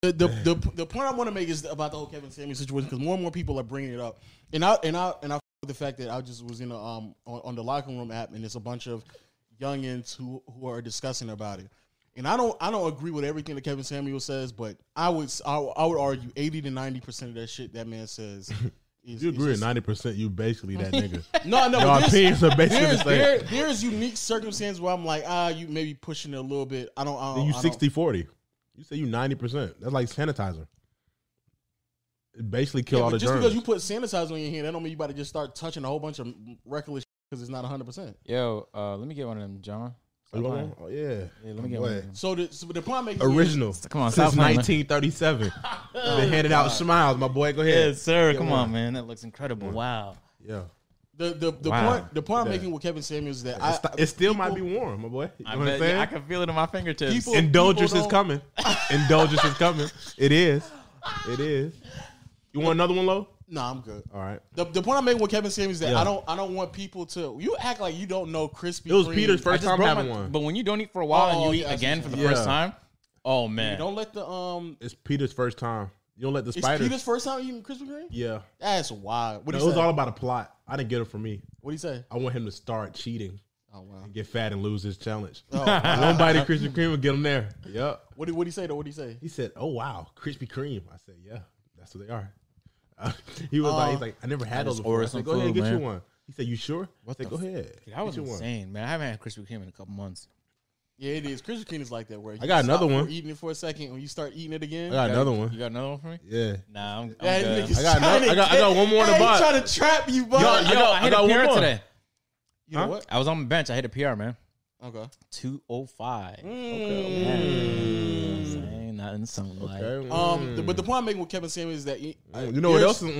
the, the, the, the point I want to make is about the whole Kevin Samuels situation because more and more people are bringing it up, and I and I and I f- with the fact that I just was in a, um on, on the locker room app and there's a bunch of youngins who who are discussing about it, and I don't I don't agree with everything that Kevin Samuels says, but I would s- I, would- I would argue eighty to ninety percent of that shit that man says. Is, You is agree with just- ninety percent. You basically that nigga. No, no. Your but there's, opinions are basically the there's, same. there, there's unique circumstances where I'm like, ah, you maybe pushing it a little bit. I don't. I Then Oh, don't you I don't- 60 40. You say you 90%. That's like sanitizer. It basically kill Yeah, all but the just because germs. you put sanitizer on your hand, that don't mean you about to just start touching a whole bunch of reckless because it's not 100. percent Yo, uh, let me get one of them, John. Oh, you want one? Oh, yeah. Yeah, let me get Boy. one. of them. So the so the point I'm making Original. Come on, Since stop playing. 1937. Been handing out smiles, my boy. Go ahead. Yes, sir. Come one. on, man. That looks incredible. Wow. Yeah. Is, the the, the Wow. point the point I'm Yeah. making with Kevin Samuels is that It's- I, it still might be warm, my boy. You I, know what I'm bet- yeah, I saying? can feel it in my fingertips. People- Indulgence people don't- is coming. Indulgence is coming. It is. It is. You want another one, low? nah, I'm good. All right. The, the point I'm making with Kevin Samuels is that Yeah. I don't I don't want people to you act like you don't know crispy. It was Peter's I first just time broke having my- one. But when you don't eat for a while Oh, and you yeah, eat I see again what for the you're first saying. time, oh man. Don't let the um. It's Peter's first time. You don't let the It's spiders. Peter's first time eating Krispy Kreme. yeah. That's wild. What No, do it you was say? all about a plot. I didn't get it for me. what do you say? I want him to start cheating. Oh wow. get fat and lose his challenge. Oh, One bite of Krispy Kreme will get him there. Yep. What do what do you say though? What do you say? He said, "Oh wow, Krispy Kreme." I said, "Yeah, that's what they are." Uh, he was Oh. like, "He's like, I never had those before." I ordered said, some "Go ahead, and food, get you man." one." He said, "You sure?" What I said, the "Go ahead." That was get you one." insane, man. I haven't had Krispy Kreme in a couple months. Yeah, it is. Krispy Kreme is like that. Where you I got stop another one. for Eating it for a second when you start eating it again. I got another one. You got another one for me? Yeah. Nah, I'm, I'm That good. nigga's I got trying another- to I got- I got get- one more in the Hey, he box. trying to trap you, bud. Yo, Yo, got- I I hit got a one PR more. today. you know what? I was on the bench. I hit a PR, man. Okay. 205. Mm. Saying Not in sunlight. Okay. Um, the- but the point I'm making with Kevin Samuels is that you, you know what else? is,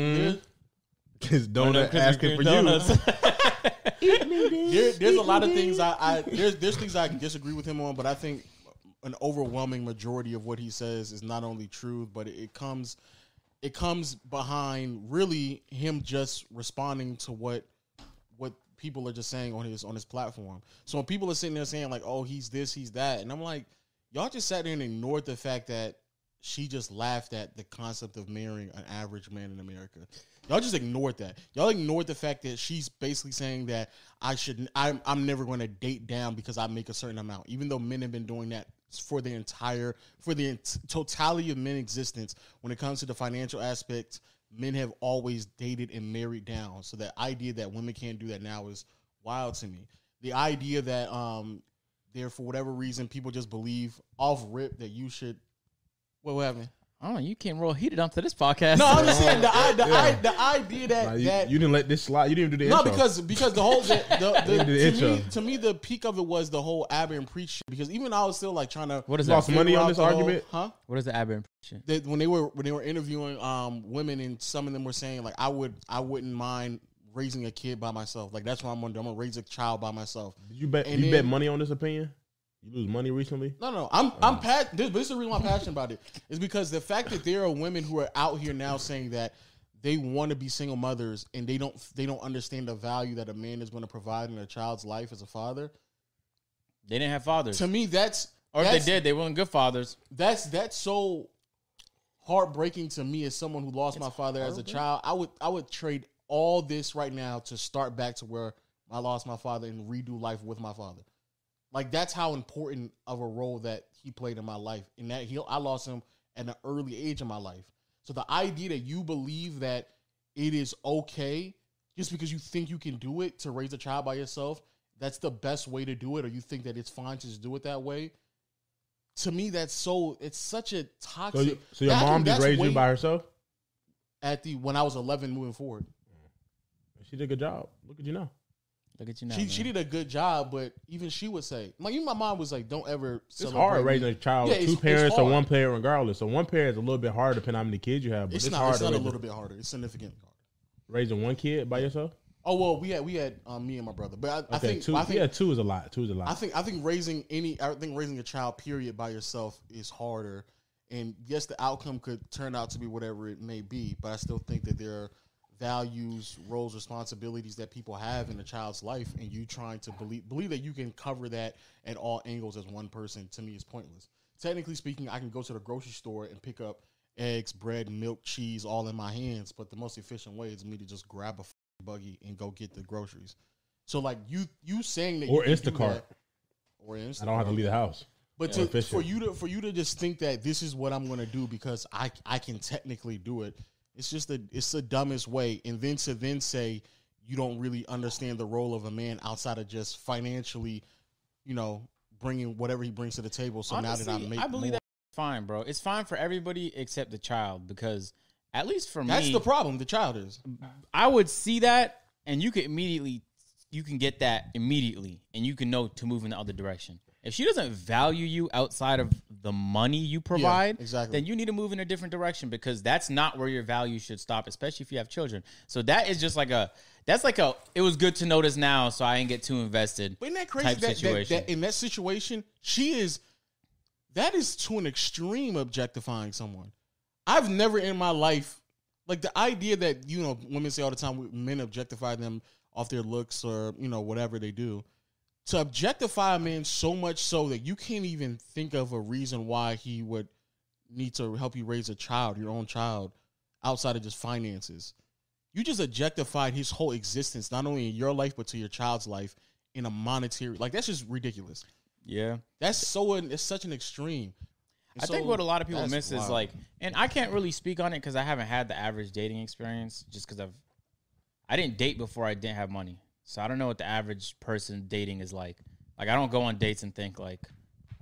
Mm, his donut asking for you. There, there's a lot of things I, I there's there's things I disagree with him on, but I think an overwhelming majority of what he says is not only true, but it, it comes it comes behind really him just responding to what what people are just saying on his on his platform. So when people are sitting there saying like, "Oh, he's this, he's that," and I'm like, y'all just sat there and ignored the fact that she just laughed at the concept of marrying an average man in America. Y'all just ignored that. Y'all ignored the fact that she's basically saying that I should I'm I'm never going to date down because I make a certain amount, even though men have been doing that for the entire for the ent- totality of men existence when it comes to the financial aspect men have always dated and married down so that idea that women can't do that now is wild to me the idea that um there for whatever reason people just believe off rip that you should what what happened Oh, you came real heated onto this podcast. no i'm just saying the, I, the, I, the idea that Nah, you, that you didn't let this slide. You didn't even do the no, intro. because because the whole the, the, the, did the to, intro. me, to me the peak of it was the whole Abbott and preach shit, because even I was still like trying to What is You lost that? money figure on out this the whole- argument? huh? What is the Abbott impression? that when they were when they were interviewing um women and some of them were saying like I would I wouldn't mind raising a kid by myself like that's what I'm gonna do I'm gonna raise a child by myself. Did you bet and you bet then- money on this opinion? You lose money recently? No, no, Uh, I'm I'm pa- this, this is the reason why I'm passionate about it is because the fact that there are women who are out here now saying that they want to be single mothers and they don't they don't understand the value that a man is going to provide in a child's life as a father. They didn't have fathers. To me, that's or if that's, they did, they weren't good fathers. that's that's so heartbreaking to me as someone who lost my father as a child. I would I would trade all this right now to start back to where I lost my father and redo life with my father. Like that's how important of a role that he played in my life. And that he I lost him at an early age in my life. So the idea that you believe that it is okay just because you think you can do it to raise a child by yourself, that's the best way to do it, or you think that it's fine to just do it that way. To me, that's so it's such a So, toxic. you, so your that- mom just that's raised you way- by herself? at the when I was eleven moving forward. She did a good job. Look at you now. Look at you now. she she man. did a good job, but even she would say, like even my mom was like, "Don't ever." It's hard raising a child Yeah, with it's- two it's parents or hard. one parent, regardless. So one parent is a little bit harder depending on how many kids you have. But It's, it's, not. hard It's not a to raise, little bit harder. It's significantly harder. raising one kid by yourself. Oh well, we had we had um, me and my brother, but I, I Okay, think two. I think yeah, two is a lot. Two is a lot. I think I think raising any I think raising a child period by yourself is harder. And yes, the outcome could turn out to be whatever it may be, but I still think that there are values, roles, responsibilities that people have in a child's life, and you trying to believe believe that you can cover that at all angles as one person to me is pointless. technically speaking, I can go to the grocery store and pick up eggs, bread, milk, cheese, all in my hands. But the most efficient way is me to just grab a f***ing buggy and go get the groceries. So like you, you saying that Or you can do Instacart. that- or Instacart. I don't have to leave the house. But Yeah. to, for Efficient. you to for you to just think that this is what I'm going to do because I I can technically do it, it's just the it's the dumbest way. And then to then say you don't really understand the role of a man outside of just financially, you know, bringing whatever he brings to the table. So now that I Honestly, make, I more- believe that's fine, bro. It's fine for everybody except the child because at least for that's me, the problem. The child is I would see that and you could immediately you can get that immediately and you can know to move in the other direction. If she doesn't value you outside of the money you provide, exactly. then you need to move in a different direction because that's not where your value should stop, especially if you have children. So that is just like a that's like a it was good to notice now so I didn't get too invested. But isn't that crazy type that, that, situation. that in that situation, she is that is to an extreme objectifying someone. I've never in my life like the idea that you know women say all the time men objectify them off their looks or you know whatever they do. To objectify a man so much so that you can't even think of a reason why he would need to help you raise a child, your own child, outside of just finances. You just objectified his whole existence, not only in your life but to your child's life, in a monetary like that's just ridiculous. yeah. That's so an, it's such an extreme. And I think so what a lot of people that's miss is wild. like, and I can't really speak on it because I haven't had the average dating experience just because I've, I didn't date before I didn't have money. So I don't know what the average person dating is like. Like, I don't go on dates and think like,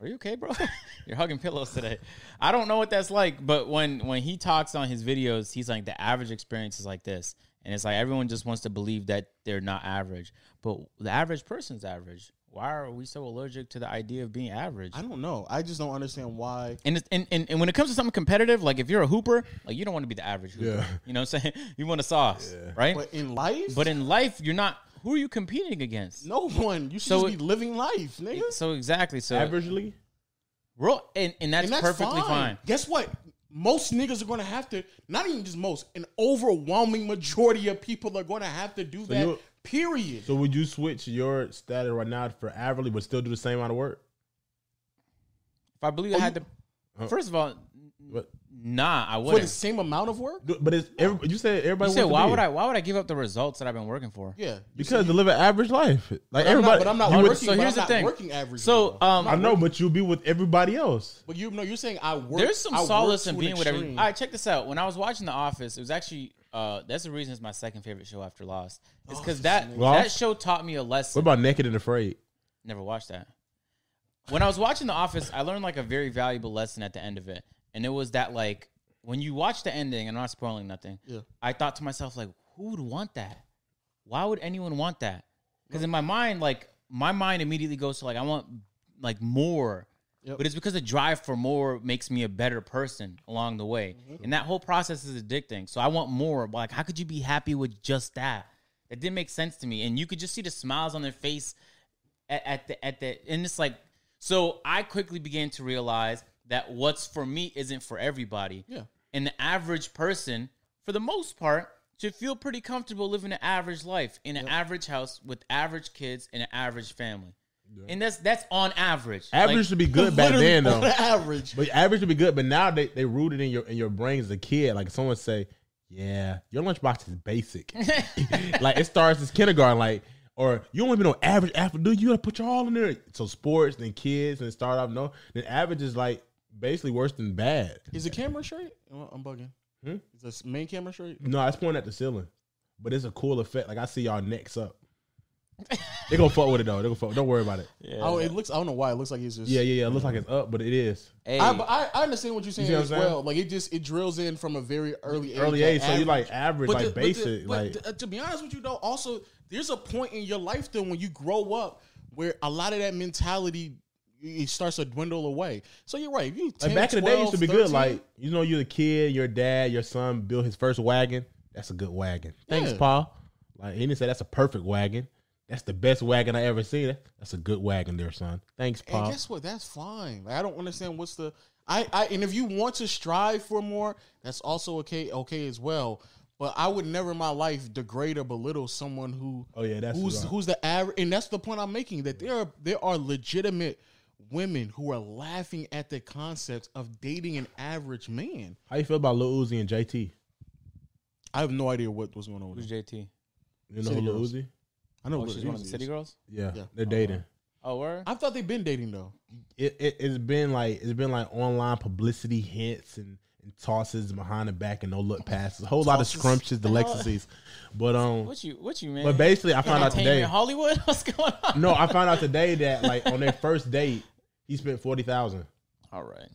are you okay, bro? You're hugging pillows today. I don't know what that's like, but when when he talks on his videos, he's like the average experience is like this, and it's like everyone just wants to believe that they're not average, but the average person's average. Why are we so allergic to the idea of being average? I don't know. I just don't understand why. And, it's, and, and and when it comes to something competitive, like if you're a hooper, like you don't want to be the average hooper. Yeah. You know what I'm saying? You want a sauce, Yeah. right? But, But in life, in life, you're not. Who are you competing against? no one. You should So just be living life, nigga. So exactly. So Averagely, we're all- and, and that's, and that's perfectly fine. Guess what? Most niggas are gonna have to. Not even just most. An overwhelming majority of people are gonna have to do that. you- period. so would you switch your status right now for averagely, but still do the same amount of work? If I believe I Oh, had you- to, first of all, But nah, I for the wouldn't. same amount of work. but it's every, you said everybody. You said wants to why be. would I? Why would I give up the results that I've been working for? Yeah, you Because to live an average life, like I'm not, everybody. but I'm not you would- working. so but here's I'm the not thing. working average. So though. um, I know, but you'll be with everybody else. but you know, you're saying I work. There's some I work solace to in an being with everyone. extreme. All right, check this out. When I was watching The Office, it was actually uh, that's the reason it's my second favorite show after Lost. It's because that Lost? that show taught me a lesson. What about naked and afraid? Never watched that. When I was watching The Office, I learned like a very valuable lesson at the end of it, and it was that like when you watch the ending, and I'm not spoiling nothing. Yeah. I thought to myself like, who would want that? Why would anyone want that? Because in my mind, like my mind immediately goes to like I want like more. Yep. But it's because the drive for more makes me a better person along the way, and that whole process is addicting. So I want more. But, Like, how could you be happy with just that? It didn't make sense to me, and you could just see the smiles on their face at, at the at the and it's like so I quickly began to realize that what's for me isn't for everybody. Yeah. And the average person, for the most part, should feel pretty comfortable living an average life in an average house with average kids and an average family. And that's that's on average. Average Like, should be good back then, Literally, though. on average. But average would be good, but now they, they root it in your in your brain as a kid. Like someone say, "Yeah, your lunchbox is basic." like it starts as kindergarten. Like or you don't even know average after dude. You gotta put your all in there. So sports, then kids, and start off no. Then average is like basically worse than bad. Is the camera straight? Oh, I'm bugging. Hmm? Is this main camera straight? No, it's pointing at the ceiling, but it's a cool effect. Like I see y'all necks up. they gonna fuck with it though. They gonna fuck. Don't worry about it. Oh, it looks. I don't know why it looks like it's just. Yeah, yeah, yeah. It looks like it's up, but it is. Hey, I, but I, I understand what you're saying see what as I'm saying? well. Like it just it drills in from a very early age. Early that age, so you average- like average, But like the- but the- basic, but like the- uh, to be honest with you though, also there's a point in your life though when you grow up where a lot of that mentality it starts to dwindle away. So you're right. If you 10, Like back in the day, it used to be 12, good. 13, Like you know, you're a kid, your dad, your son built his first wagon. That's a good wagon. Thanks, Yeah. Pa. Like he didn't say that's a perfect wagon. That's the best wagon I ever seen. That's a good wagon, there, son. Thanks, and Pa. guess what? That's fine. Like I don't understand what's the I, I and if you want to strive for more, that's also okay okay as well. But I would never in my life degrade or belittle someone who Oh yeah, that's who's right. who's the average, and that's the point I'm making that there are there are legitimate women who are laughing at the concept of dating an average man. How you feel about Lil Uzi and JT? I have no idea what was going on with Who's it. JT? You know City who Lil Girls. Uzi? I know Oh, what she's it one of the is. city girls. Yeah, Yeah. they're dating. Oh, where? I thought they've been dating though. It, it it's been like it's been like online publicity hints and, and tosses behind the back and no look passes. A whole lot of Tosses. scrumptious delicacies. But um What you? What you man? but basically I found out Entertainment today. Hollywood. What's going on? No, I found out today that like on their first date, he spent forty thousand. All right.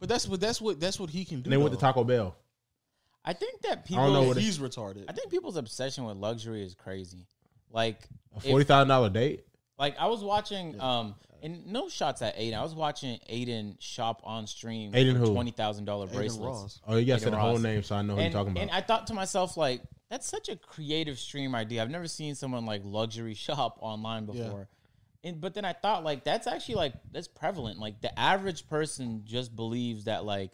But that's what that's what that's what he can do. And they went to though. Taco Bell. I think that I don't know people. what it- He's retarded. I think people's obsession with luxury is crazy. Like A if- forty thousand dollar date? Like I was watching, um, and no shots at Aiden. I was watching Aiden shop on stream. Aiden for who? twenty thousand dollar Aiden bracelets. Ross. Oh, you gotta Aiden say the whole Ross. name so I know who And, you're talking and about. I thought to myself, like, that's such a creative stream idea. I've never seen someone like luxury shop online Yeah. before. And but then I thought, like, that's actually like that's prevalent. Like the average person just believes that like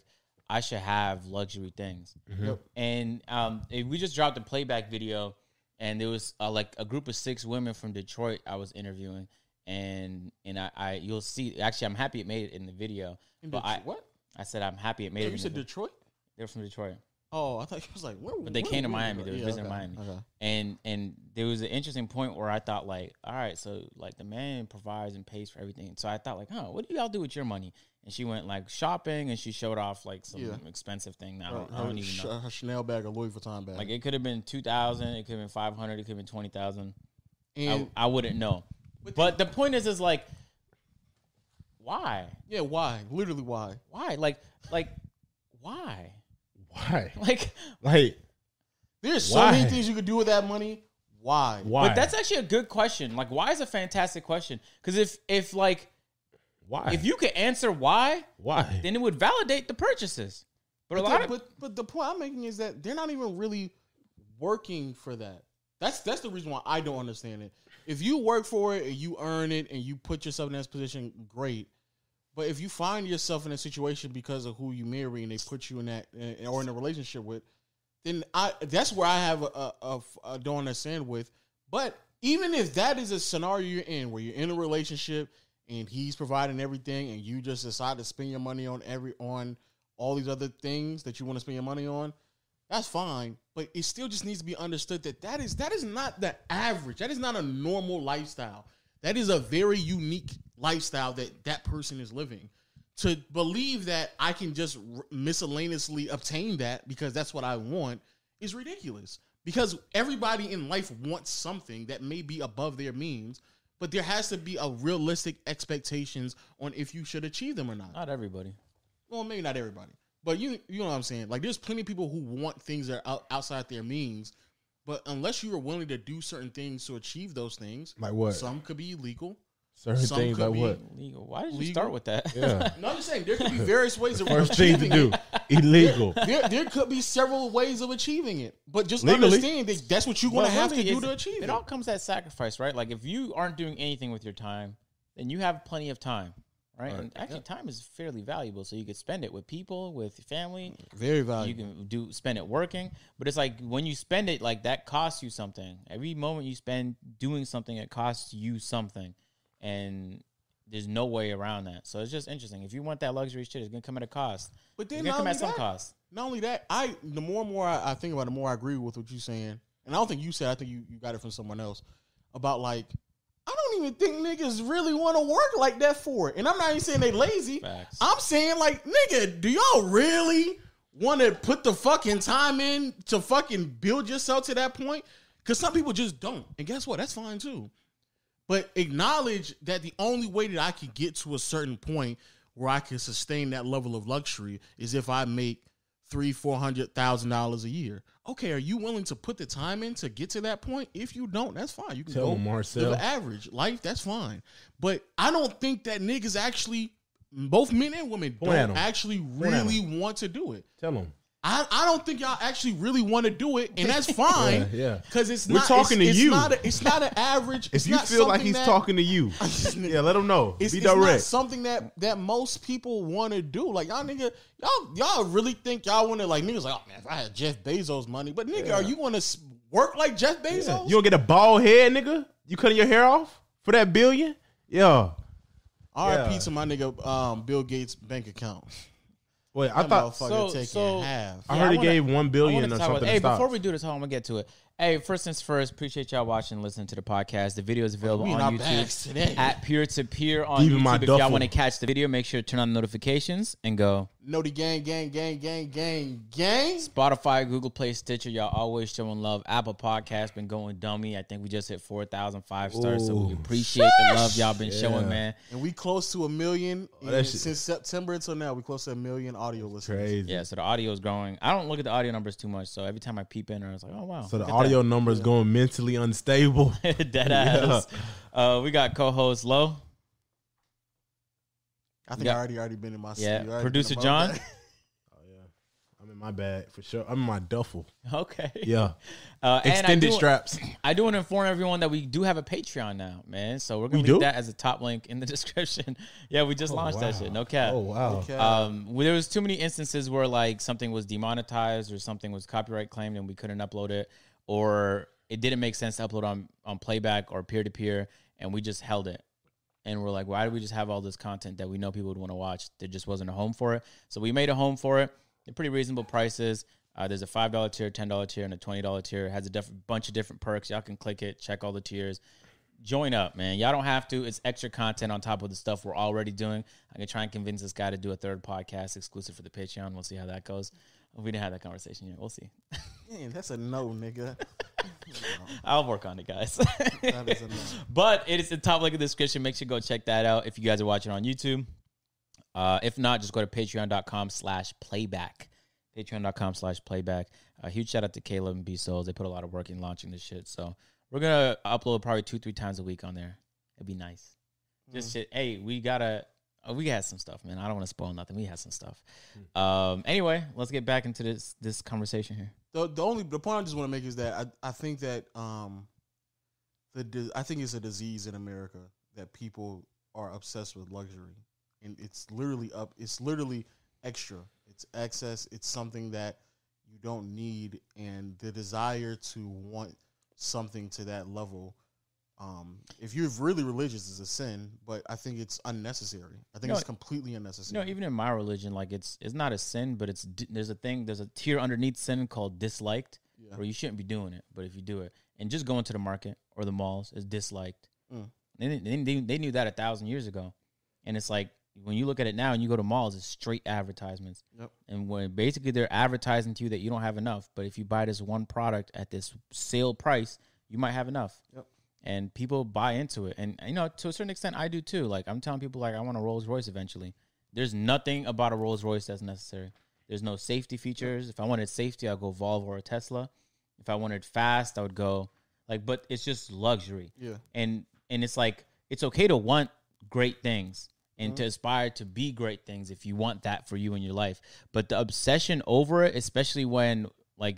I should have luxury things. Yep. And um, it- we just dropped a playback video, and there was uh, like a group of six women from Detroit I was interviewing, and and I, I you'll see. Actually, I'm happy it made it in the video. In but Detro- I what? I said I'm happy it made Yeah, it. you in said the, Detroit? they're from Detroit, Oh, I thought you was like, where, but they where- came to where- Miami. They were yeah, visiting okay, Miami, Okay. and and there was an interesting point where I thought like, all right, so like the man provides and pays for everything. So I thought like, huh, what do y'all do with your money? And she went like shopping, and she showed off like some Yeah. Oh, expensive thing. Now I Her, don't, I don't her even Ch- know. her Chanel bag or Louis Vuitton bag. Like it could have been two thousand, it could have been five hundred, it could have been twenty thousand. I, and I wouldn't know. But, the point is, is like, why, yeah, why? Literally why? why, like, like, why, Why? like? Like There's so Why? many things you could do with that money. Why? why? But that's actually a good question. Like, why is a fantastic question? Because if if like why if you could answer why, why? then it would validate the purchases. But, But, a lot the, of but but the point I'm making is that they're not even really working for that. That's that's the reason why I don't understand it. If you work for it and you earn it and you put yourself in that position, great. But if you find yourself in a situation because of who you marry and they put you in that eh, or in a relationship with, then I that's where I have a, a, a, a don't understand with. But even if that is a scenario you're in, where you're in a relationship and he's providing everything, and you just decide to spend your money on every on all these other things that you want to spend your money on, that's fine. But it still just needs to be understood that that is that is not the average. That is not a normal lifestyle. That is a very unique lifestyle that that person is living. To believe that I can just r- miscellaneously obtain that because that's what I want is ridiculous. Because everybody in life wants something that may be above their means, but there has to be a realistic expectations on if you should achieve them or not not everybody. well, maybe not everybody, but you you know what I'm saying. Like, there's plenty of people who want things that are out, outside their means, but unless you are willing to do certain things to achieve those things, Like what? some could be illegal. Certain some things could like be- what? Legal. Why did you Legal? start with that? Yeah. No, I'm just saying there could be various ways of First thing to achieving do. it. Illegal. There, there could be several ways of achieving it, but just Legally. understand that that's what you're going to But have to really, do it's- to achieve It it. all comes at sacrifice, right? Like if you aren't doing anything with your time, then you have plenty of time, right? Right. And actually, time is fairly valuable, so you could spend it with people, with family. Very You valuable. can do spend it working, but it's like when you spend it, like that costs you something. Every moment you spend doing something, it costs you something, and there's no way around that. So it's just interesting. If you want that luxury shit, it's gonna come at a cost. But It's then gonna not come at only some that, cost. not only that, I the more and more I, I think about it, the more I agree with what you're saying. And I don't think you said. I think you, you got it from someone else about like I don't even think niggas really want to work like that for it. And I'm not even saying they lazy. Facts. I'm saying like nigga, do y'all really want to put the fucking time in to fucking build yourself to that point? Because some people just don't. And guess what? That's fine too but acknowledge that the only way that I could get to a certain point where I can sustain that level of luxury is if I make three, four hundred thousand dollars a year. Okay, are you willing to put the time in to get to that point? If you don't, that's fine. You can Tell go him, Marcel. live an average life. That's fine. But I don't think that niggas actually, both men and women, Point at don't 'em. actually at 'em. really want to do it. Tell them. I, I don't think y'all actually really want to do it, and that's fine. Yeah, yeah. Because it's We're not. talking it's, to it's you. Not a, it's not an average. If it's you not feel like something he's that- talking to you, yeah, let him know. It's, Be it's not direct. something that that most people want to do. Like y'all nigga, y'all y'all really think y'all want to like niggas like, oh man, if I had Jeff Bezos money, but nigga, are you going to work like Jeff Bezos? You don't get a bald head, nigga. You cutting your hair off for that billion? Yeah. RIP Yeah. to my nigga um, Bill Gates bank account. Wait, I That thought motherfucker So- taking so- half. I Yeah, heard I he wanna- gave one I wanted billion to or talk something. about- to hey, stocks. before we do this, I'm gonna get to it. Hey, first things first, appreciate y'all watching, and listening to the podcast. The video is available We in our on bags YouTube today. at peer to peer on Leaving YouTube. my if duffel. y'all want to catch the video, make sure to turn on the notifications and go No, the gang, gang, gang, gang, gang, gang. Spotify, Google Play, Stitcher. Y'all always showing love. Apple Podcast been going dummy. I think we just hit 4,000 five stars, so we Ooh. appreciate the love y'all been showing, man. And we close to a million Oh, that and shit- since September until now. We close to a million audio listeners. Crazy. Yeah, so the audio is growing. I don't look at the audio numbers too much, so every time I peep in, I was like, oh wow. So the look at audio number is going mentally unstable. that. dead ass. Uh, we got co-host Low. I think Yeah. I already already been in my seat. Yeah. Already been Producer above John? that. I'm in my bag for sure. I'm in my duffel. Okay. Yeah, Uh, and I extended do- straps. I do want to inform everyone that we do have a Patreon now, man. So we're gonna We leave do? that as a top link in the description. yeah, we just launched that wow. shit. No cap. Oh wow. Okay. Um, well, there was too many instances where like something was demonetized or something was copyright claimed and we couldn't upload it, or it didn't make sense to upload on on playback or peer to peer, and we just held it. And we're like, why do we just have all this content that we know people would want to watch? There just wasn't a home for it, so we made a home for it. They're pretty reasonable prices. Uh, there's a five dollar tier, ten dollar tier, and a twenty dollar tier. It has a diff- bunch of different perks. Y'all can click it, check all the tiers join up, man. Y'all don't have to. It's extra content on top of the stuff we're already doing. I can try and convince this guy to do a third podcast exclusive for the Patreon. We'll see how that goes. We didn't have that conversation yet. We'll see. Man, that's a no, nigga. I'll work on it, guys. That is a no. but it is the top link of the description. Make sure you go check that out if you guys are watching on YouTube. Uh, if not, just go to patreon.com slash playback. Patreon.com slash playback. A huge shout out to Caleb and B Souls. They put a lot of work in launching this shit. So we're going to upload probably two, three times a week on there. It'd be nice. Just shit. Hey, we got to. We got some stuff, man. I don't want to spoil nothing. We had some stuff. Um, anyway, let's get back into this this conversation here. The, the only the point I just want to make is that I, I think that um the di- I think it's a disease in America that people are obsessed with luxury and it's literally up it's literally extra it's excess it's something that you don't need and the desire to want something to that level um if you're really religious is a sin but I think it's unnecessary I think No, it's completely You unnecessary know, even in my religion, like it's it's not a sin, but it's d- there's a thing, there's a tier underneath sin called disliked, Yeah. where you shouldn't be doing it, but if you do it, and just going to the market or the malls is disliked. Mm. They, didn't- they, didn't- they knew that a thousand years ago, and it's like when you look at it now and you go to malls, it's straight advertisements, Yep. and when basically they're advertising to you that you don't have enough, but if you buy this one product at this sale price, you might have enough and people buy into it and you know to a certain extent i do too like i'm telling people like i want a rolls royce eventually there's nothing about a rolls royce that's necessary there's no safety features if i wanted safety i'd go volvo or a tesla if i wanted fast i would go like but it's just luxury yeah and and it's like it's okay to want great things and to aspire to be great things if you want that for you in your life but the obsession over it especially when like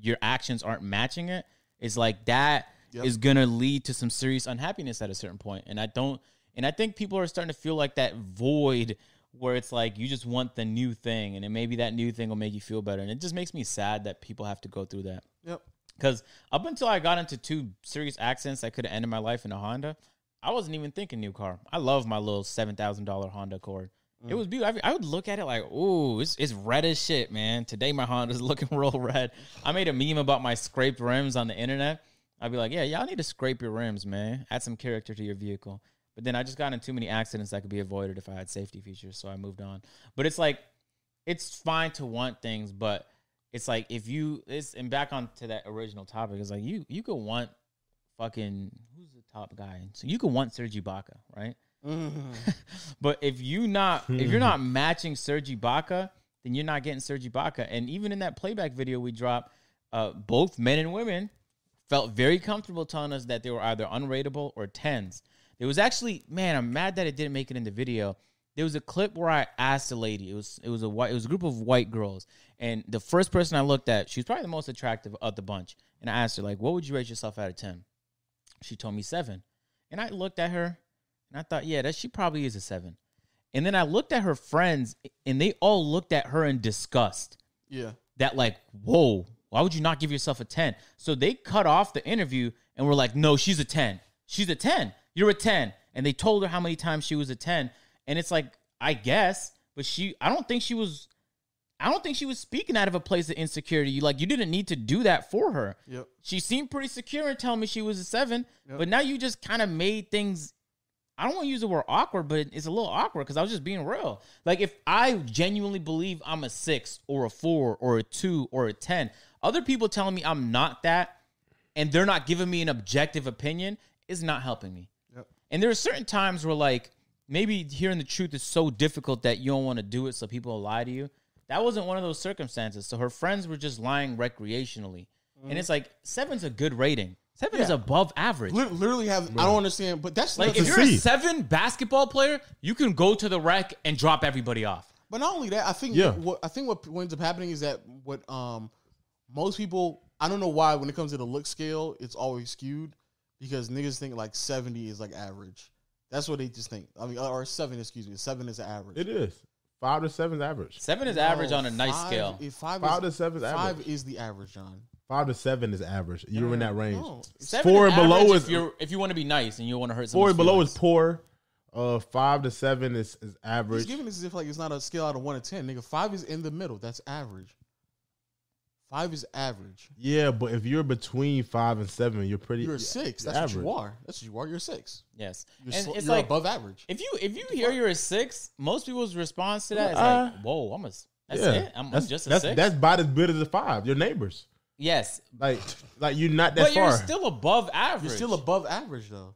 your actions aren't matching it is like that Yep. is gonna lead to some serious unhappiness at a certain point and i don't and i think people are starting to feel like that void where it's like you just want the new thing and then maybe that new thing will make you feel better and it just makes me sad that people have to go through that yep because up until I got into two serious accidents that could have ended my life in a Honda, I wasn't even thinking new car. I love my little seven thousand dollar Honda Accord. It was beautiful. I I would look at it like, ooh, it's, it's red as shit, man. Today my Honda's looking real red. I made a meme about my scraped rims on the internet. I'd be like, yeah, y'all need to scrape your rims, man. Add some character to your vehicle. But then I just got in too many accidents that could be avoided if I had safety features, so I moved on. But it's like, it's fine to want things, but it's like if you it's and back on to that original topic, it's like you you could want fucking who's the top guy? So you could want Serge Ibaka, right? Mm-hmm. But if you not if you're not matching Serge Ibaka, then you're not getting Serge Ibaka. And even in that playback video we dropped, uh, both men and women felt very comfortable telling us that they were either unrateable or tens. There was actually, man, I'm mad that it didn't make it in the video. There was a clip where I asked a lady. It was it was a white it was a group of white girls, and the first person I looked at, she was probably the most attractive of the bunch. And I asked her like, "What would you rate yourself out of 10? She told me seven, and I looked at her and I thought, yeah, that she probably is a seven. And then I looked at her friends, and they all looked at her in disgust. yeah That like, whoa, why would you not give yourself a ten? So they cut off the interview and were like, no, she's a ten. She's a ten. You're a ten. and they told her how many times she was a 10 and it's like i guess but she i don't think she was i don't think she was speaking out of a place of insecurity You like you didn't need to do that for her Yep. she seemed pretty secure in telling me she was a 7 Yep. but now you just kind of made things I don't want to use the word awkward, but it's a little awkward because I was just being real. Like if I genuinely believe I'm a six or a four or a two or a ten, other people telling me I'm not that, and they're not giving me an objective opinion is not helping me. Yep. And there are certain times where like maybe hearing the truth is so difficult that you don't want to do it, so people will lie to you. That wasn't one of those circumstances. So her friends were just lying recreationally, and it's like seven's a good rating. Seven is Yeah. above average. Lit- Literally have I don't understand, but that's Like like. if a you're a C. seven basketball player, you can go to the rack and drop everybody off. But not only that, I think Yeah. what I think what ends up happening is that what um most people I don't know why when it comes to the look scale it's always skewed because niggas think like seventy is like average. That's what they just think. I mean, or seven, excuse me, seven is average. It is five to seven is average. Seven is average No, on a nice five- scale. if Five, Five is, to seven is five average. is the average, John. Five to seven is average. You're in that Mm, range. oh. No. Seven four is and below average is- if, you're, if you want to be nice and you want to hurt. Four someone's and below feelings. is poor. Uh, five to seven is, is He's average. giving this as if like it's not a scale out of one to ten, nigga. Five is in the middle. That's average. Five is average. Yeah, but if you're between five and seven, you're pretty. You're a yeah, six. you're That's what you are. That's what you are. You're a six. yes, You're, and sl- it's you're like above average. if you if you hear you're a six, most people's response to that is Uh, like, "Whoa, I'm a s- that's yeah, it. I'm, I'm that's, just a that's, six. That's about as good as a five. Your neighbors, yes, like, like you're not that but far. you're still above average. You're still above average though.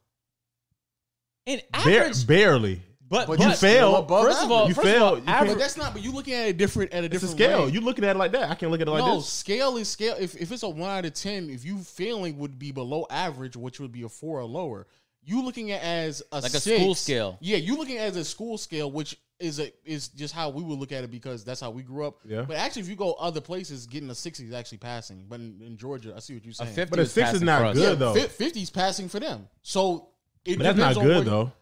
in Bare- average, barely. but but, but you you're fail. still above First of all, average. You first of all, fail. You can't- but average, that's not. But you're looking at it different at a It's a different scale. range. You looking at it like that. I can't look at it like no this. scale is scale. If if it's a one out of ten, if you failing would be below average, which would be a four or lower. You looking at as a Like a six. school scale. Yeah, you looking at as a school scale, which is a is just how we would look at it because that's how we grew up. Yeah. But actually, if you go other places, getting a sixty is actually passing. But in, in Georgia, I see what you're a saying. fifty. But a was six is passing not for us. good, though. Fifty's passing for them. So it But that's not depends on good where- though.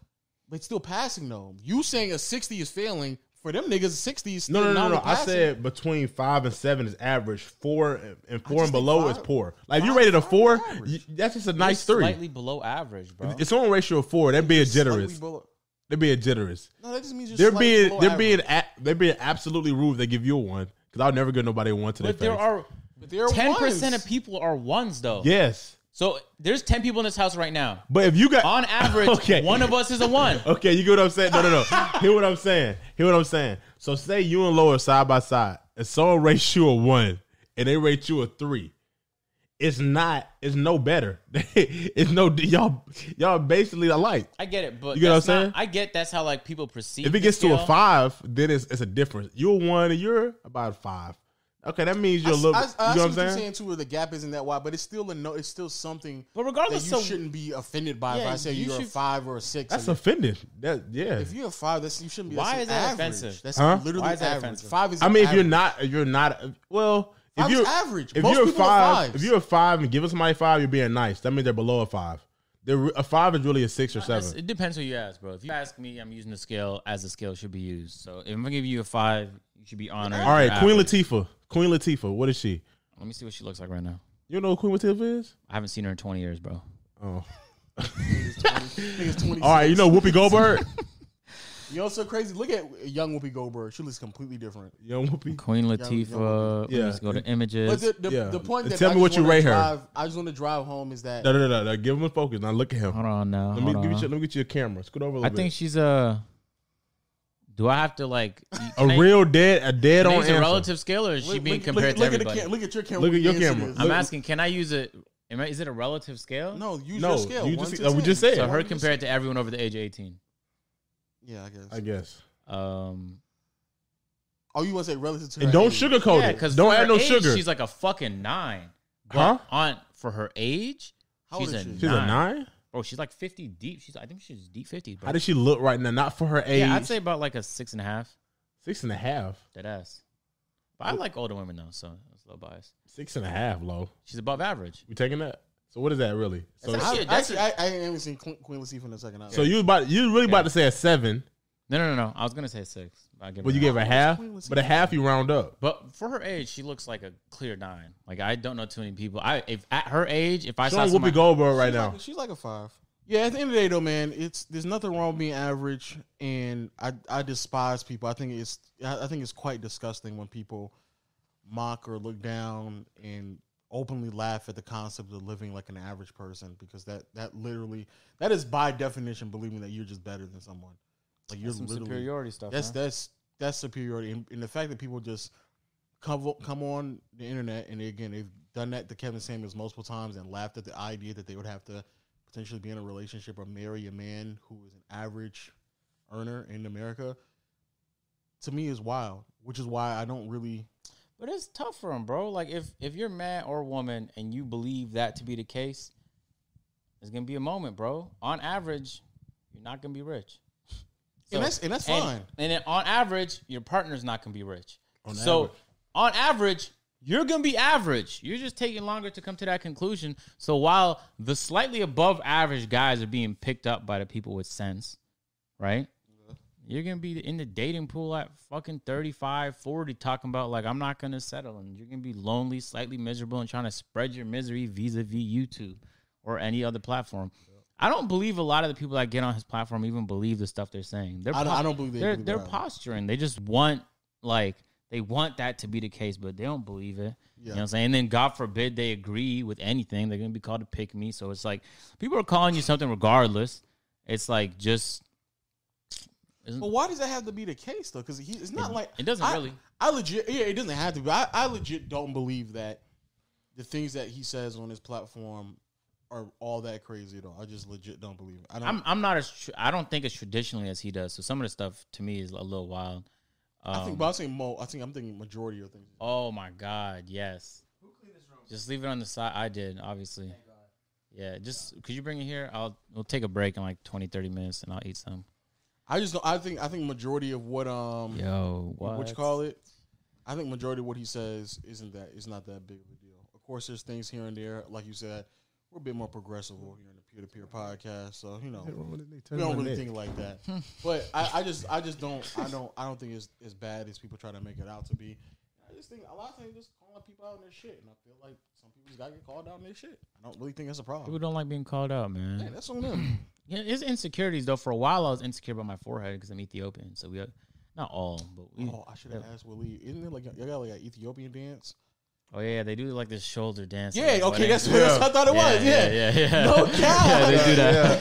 But it's still passing though. You saying a sixty is failing for them niggas? Sixty is No, still no, no, not only no. I passing. said between five and seven is average. Four and- and just four and think below is five- poor. Like if you five- rated a five is four, average. you, that's just a You're nice three. slightly below average, bro. It's on a ratio of four. They're being Slightly generous. below- They're being generous. No, that just means you're They're slightly being below they're average. being a, they're being absolutely rude. if They give you a one because I'll never give nobody a one to their But face. there are But there are ten percent ones. of people are ones though. yes, So there's ten people in this house right now. but if you got On average, Okay. one of us is a one. Okay, you get what I'm saying? No, no, no. Hear what I'm saying. Hear what I'm saying. So say you and Lo are side by side, and someone rates you a one, and they rate you a three. It's not. It's no better. it's no. Y'all, y'all basically alike. I get it, but You get what that's I'm not- saying? I get that's how like people perceive. If the it gets to a scale. five, then it's it's a difference. You're a one, and you're about a five. Okay, that means you're a little. I, I, I you know see what I'm saying? you're saying too. where The gap isn't that wide, but it's still a no. It's still something. But regardless, that you so- shouldn't be offended by. if Yeah, I say you you are a should- five or a six, That's or- offending. That yeah. if you're a five, that's you shouldn't be. Why that's is that average. offensive? That's Huh? literally Why is that average. offensive? Five is. I mean, if you're average. not, if you're not, well, if Five's you're average. if Most you're a people are five, fives. if you're a five and giving somebody a five, you're being nice. That means they're below a five. They're re- a five is really a six or That's- seven. It depends who you ask, bro. If you ask me, I'm using the scale as the scale should be used. So if I'm gonna give you a five, you should be honored. All right, You're Queen average. Latifah. Queen Latifah, what is she? Let me see what she looks like right now. You know who Queen Latifah is? I haven't seen her in 20 years, bro. Oh, Nigga's 20 all right. You know Whoopi Goldberg. You know, so crazy. Look at young Whoopi Goldberg. She looks completely different. Young Whoopi. Queen yeah. Latifah. Yeah. Yeah, let's go to images. But the, the, yeah. the point that Tell I me just what you wanna rate her. drive, I just want to drive home is that No, no, no, no. Give him a focus. Now look at him. hold on now. Let me give you. Your, let me get you a camera. Scoot over a little I bit. think she's a. Do I have to like e- a real dead, a dead on Is answer. a relative scale, or is she Look- being look- look, compared to look everybody? At the, cam- look at your camera. Look at your Yes, it camera. is. I'm Look- asking, can I use a? Am I, is it a relative scale? No, use No, your scale. you One just- to uh, we 10. just said. So One her to- compared to everyone over the age of 18. Yeah, I guess. I guess. Um, Oh, you want to say relative to? And her don't age. sugarcoat yeah, it. because Don't add no sugar. She's like a fucking nine. Huh? But On for her age, How she's old a is she? She's nine. a nine. Bro, she's like 50 deep. She's I think she's deep 50. Bro. How does she look right now? Not for her age. yeah, I'd say about like a six and a half. six and a half. That ass. But I like older women though, so it's a little biased. Six and a half, low. She's above average. We taking that? So what is that really? So, That's I, Shit, that's actually, I, I haven't seen Queen, Queen Latifah in a second. so you about you really about to say a seven, No, no, no, no. I was gonna say six. But, I give but her you a gave a half, Queen was- but a half you round up. But for her age, she looks like a clear nine. Like I don't know too many people. I if at her age, if I She saw on somebody, Whoopi Goldberg right now. she's like a five. Yeah, at the end of the day, though, man, it's there's nothing wrong with being average, and I I despise people. I think it's I I think it's quite disgusting when people mock or look down and openly laugh at the concept of living like an average person because that that literally that is by definition believing that you're just better than someone. Like you're Some literally superiority stuff. that's man. that's that's superiority, and, and the fact that people just come o- come on the internet and they, again they've done that to Kevin Samuels multiple times and laughed at the idea that they would have to potentially be in a relationship or marry a man who is an average earner in America. To me, is wild, which is why I don't really. But it's tough for him, bro. Like if if you're man or woman and you believe that to be the case, it's gonna be a moment, bro. On average, you're not gonna be rich. and that's and that's and, fine. And then on average, your partner's not gonna be rich. On so average. on average, you're gonna be average. You're just taking longer to come to that conclusion. So while the slightly above average guys are being picked up by the people with sense, right? You're gonna be in the dating pool at fucking 35, 40, talking about like I'm not gonna settle, and you're gonna be lonely, slightly miserable, and trying to spread your misery vis-a-vis YouTube or any other platform. I don't believe a lot of the people that get on his platform even believe the stuff they're saying. They're I don't- po- I don't believe they they're believe they're that. posturing. They just want like they want that to be the case, but they don't believe it. You know what I'm saying? And then God forbid they agree with anything, they're gonna be called to pick me. So it's like people are calling you something regardless. It's like just But why does that have to be the case though? Because it's not It- like it doesn't I- really. I legit, yeah, it doesn't have to. be. I, I legit don't believe that the things that he says on his platform are all that crazy at all. I just legit don't believe it. I don't. I'm I'm not as tr- I don't think as traditionally as he does. So some of the stuff to me is a little wild. Um, I think, but I'm saying mo. I think I'm thinking majority of things. Oh my god, yes. Just leave it on the side. I did, obviously. Yeah, just could you bring it here? I'll we'll take a break in like 20, 30 minutes, and I'll eat some. I just don't. I think. I think majority of what um, Yo, what, you call it. I think majority of what he says isn't that. It's not that big of a deal. Of course, there's things here and there, like you said. We're a bit more progressive over here in the peer-to-peer podcast, so you know we don't really think like that. but I, I just I just don't I don't I don't think it's as bad as people try to make it out to be. I just think a lot of things just calling people out on their shit, and I feel like some people just gotta get called out on their shit. I don't really think that's a People problem. don't like being called out, man. Yeah, that's on them. Yeah, his insecurities though. For a while, I was insecure about my forehead because I'm Ethiopian. So we, are, not all, but we. Oh, I should have asked Willie. Isn't it like y'all got like an Ethiopian dance? Oh yeah, they do like this shoulder dance. at Yeah, the okay, wedding. that's what, that's what I thought it was. Yeah, yeah, yeah, yeah. No yeah, cap. they do that.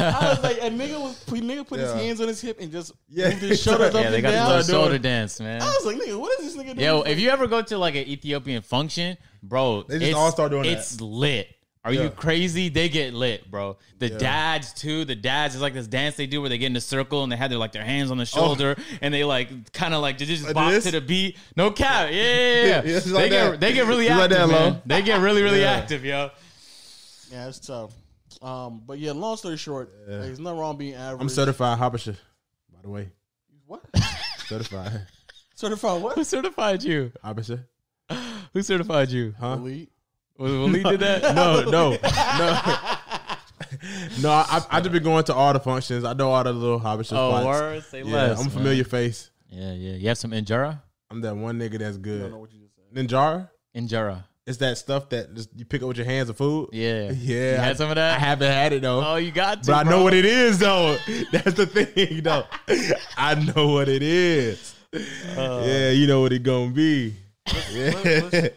I was like, a nigga was a nigga put his Yeah. hands on his hip and just Yeah. moved his shoulders up Yeah, they and got down. this little shoulder dance, man. I was like, nigga, what is this nigga doing? Yo, if you ever go to like an Ethiopian function, bro, They just it's- all start doing that. It's lit. Are Yeah. you crazy? They get lit, bro. The dads too. The dads is like this dance they do where they get in a circle and they have their like their hands on the shoulder and they like kind of like they just Oh. Like bop this? to the beat. No cap, yeah, yeah, yeah. Yeah, it's they like get that. they get really It's like active, that, man. Lo. They get really really Yeah. active, yo. Yeah, it's tough. Um, but yeah, long story short, like, there's nothing wrong being average. I'm certified Hobbish, by the way. What? Certified certified what? Who certified you? Hobbish. Who certified you? Huh? Elite. Was Waleed did that? No, no, no. No, I, I just been going to all the functions. I know all the little Hobbish Oh, spots. words say Yeah, less. I'm a man. familiar face. Yeah, yeah. You have some injera, I'm that one nigga that's I don't good. know what you just said. Ninjara, injera. it's that stuff that just, you pick up with your hands of food. Yeah. Yeah, You had I- some of that? I haven't had it though. Oh, you got to. But I bro. know what it is though. That's the thing though. I know what it is. Uh, yeah, you know what it gonna be.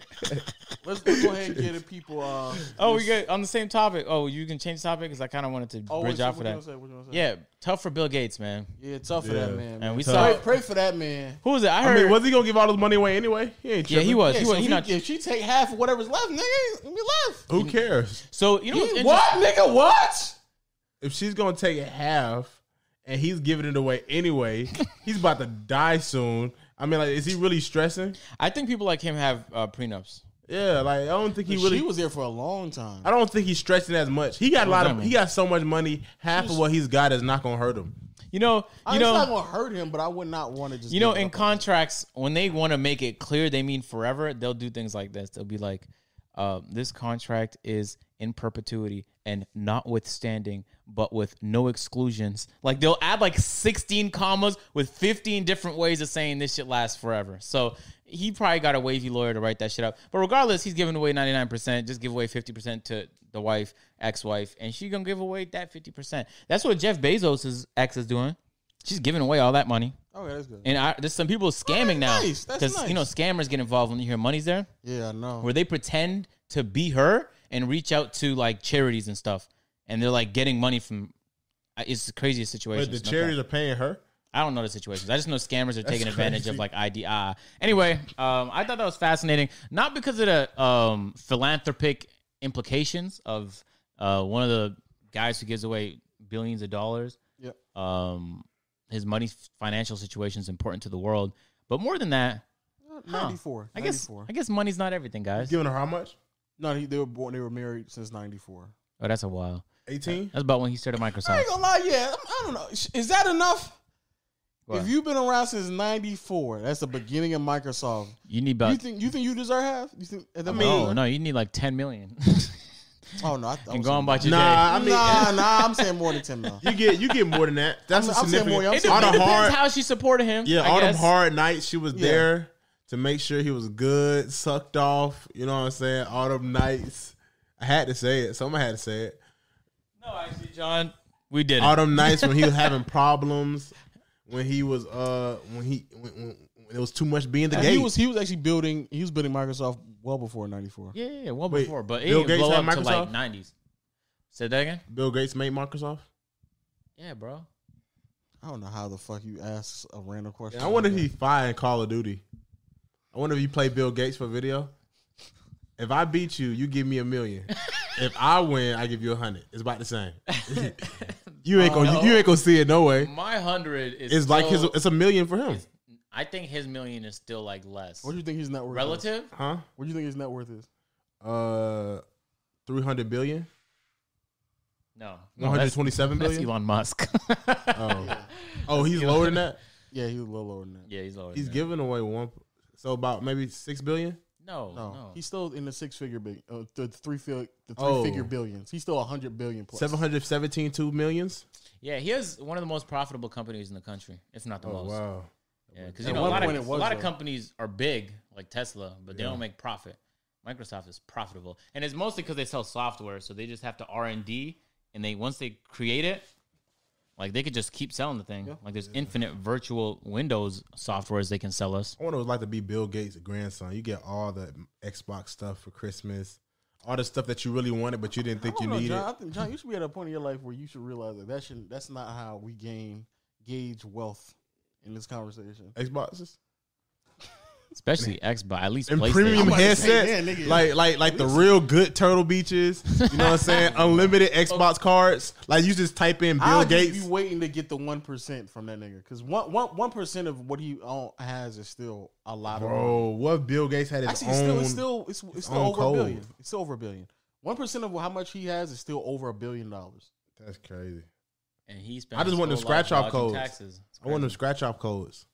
Let's, let's, let's, let's go ahead and get the people. Uh, Oh, we got on the same topic. Oh, you can change topic because I kind of wanted to oh, bridge what- off what you for that. gonna say? What you gonna say? Yeah, tough for Bill Gates, man. Yeah, tough for Yeah. that man. man. And we Tough. saw pray, pray for that man. who was it? I I heard. mean, was he gonna give all his money away anyway? He ain't yeah, he tripping. was. Yeah, he so was. He he- not. if she take half of whatever's left, nigga, we left. Who cares? So you know what's interesting? What, nigga? What? If she's gonna take half and he's giving it away anyway, he's about to die soon. I mean, like, is he really stressing? I think people like him have uh, prenups. Yeah, like I don't think he really. she was there for a long time. I don't think he's stressing as much. He got a What lot does that of. mean? He got so much money. Half of what he's got is not gonna hurt him. You know. I- You it's not know. gonna hurt him, but I would not want to just. You know. give In up on him. contracts, when they want to make it clear they mean forever, they'll do things like this. They'll be like, uh, "This contract is in perpetuity and notwithstanding." But with no exclusions, like they'll add like sixteen commas with fifteen different ways of saying this shit lasts forever. So he probably got a wavy lawyer to write that shit up. But regardless, he's giving away 99%. Just give away 50% to the wife, ex-wife, and she going to give away that 50%. That's what Jeff Bezos' ex is doing. She's giving away all that money. Oh, yeah, that's good. And I, there's some people scamming now nice. That's you know nice. scammers get involved when you hear money's there, Yeah, I know. where they pretend to be her and reach out to like charities and stuff, and they're like getting money from. I- It's the craziest situation. But the charities are paying her. I don't know the situations. I just know scammers are taking advantage of like IDI. Anyway, um, I thought that was fascinating, not because of the um, philanthropic implications of uh, one of the guys who gives away billions of dollars. Yep. Um, his money, financial situation is important to the world, but more than that, huh, 94. I guess 94. I guess money's not everything, guys. Giving her how much? No, he, they were born. They were married since '94. Oh, that's a while. Eighteen. That's about when he started I Microsoft. ain't gonna lie. Yeah, I don't know. Is that enough? What? If you've been around since '94, that's the beginning of Microsoft. You need you about oh, think you think you deserve half? You think? I no, no. You need like ten million Oh no, I, I and was go saying- on about your day. Nah, I mean, nah, nah. I'm saying more than ten now. you get you get more than that. That's I'm- a I'm saying significant. more, yeah, I'm It saying- on a depends hard, how she supported him. yeah, I on them guess. hard nights, she was Yeah. there to make sure he was good, sucked off. You know what I'm saying? All them nights, I had to say it. Someone had to say it. No, actually, John, we did All it. them nights when he was having problems, when he was uh, when he when, when, when it was too much being the gay. He was he was actually building. He was building Microsoft well before '94. Yeah, yeah, yeah, well Wait, before, but it Bill didn't Gates blow up had to like Microsoft? nineties. Say that again. Bill Gates made Microsoft. Yeah, bro. I don't know how the fuck you ask a random question. And I wonder if like he fired Call of Duty. I wonder if you play Bill Gates for video. If I beat you, you give me a million. if I win, I give you a hundred. It's about the same. you ain't gonna you, you ain't gonna see it Oh, no way. My hundred is It's like his still- it's a million for him. I think his million is still like less. that. What do you think his net worth? Is? Relative? Huh? What do you think his net worth is? Uh 300 billion? No. No, that's, 127 that's billion? Elon Musk. Oh. oh, he's lower than that. Yeah, he was a little lower than that. yeah, he's lower. He's than that. giving away one so about maybe 6 billion? No, No, no. he's still in the six figure big, uh, the three fig, the three Oh. figure billions. He's still a hundred billion plus. 717 two millions? yeah, he has one of the most profitable companies in the country, if not the Oh most. wow. Yeah, because At you know a one lot, point of, it was, a lot of though. companies are big, like Tesla, but they don't make profit. Microsoft is profitable, and it's mostly because they sell software, so they just have to R and D, and they once they create it, like they could just keep selling the thing. Like there's infinite virtual Windows softwares they can sell us. I wonder what it's like to be Bill Gates' grandson. You get all the Xbox stuff for Christmas, all the stuff that you really wanted but you didn't think I you don't know, needed. John, I think, John, you should be at a point in your life where you should realize that that should, that's not how we gain gauge wealth in this conversation. Xboxes Especially Xbox, at least and PlayStation. premium I'm about to headsets, say, yeah, nigga. like like like the real good Turtle Beaches. You know what I'm saying? Unlimited Xbox cards. Like you just type in Bill I'll just Gates. be waiting to get the one percent from that nigga because one one percent of what he own, has is still a lot of money. Bro, what Bill Gates had his Actually, it's still own. it's still it's, it's still own over code. a billion. It's still over a billion. One percent of how much he has is still over a billion dollars. that's crazy. and he spent. I just his want the whole scratch life off dodging codes. Taxes. It's I want them crazy. scratch off codes.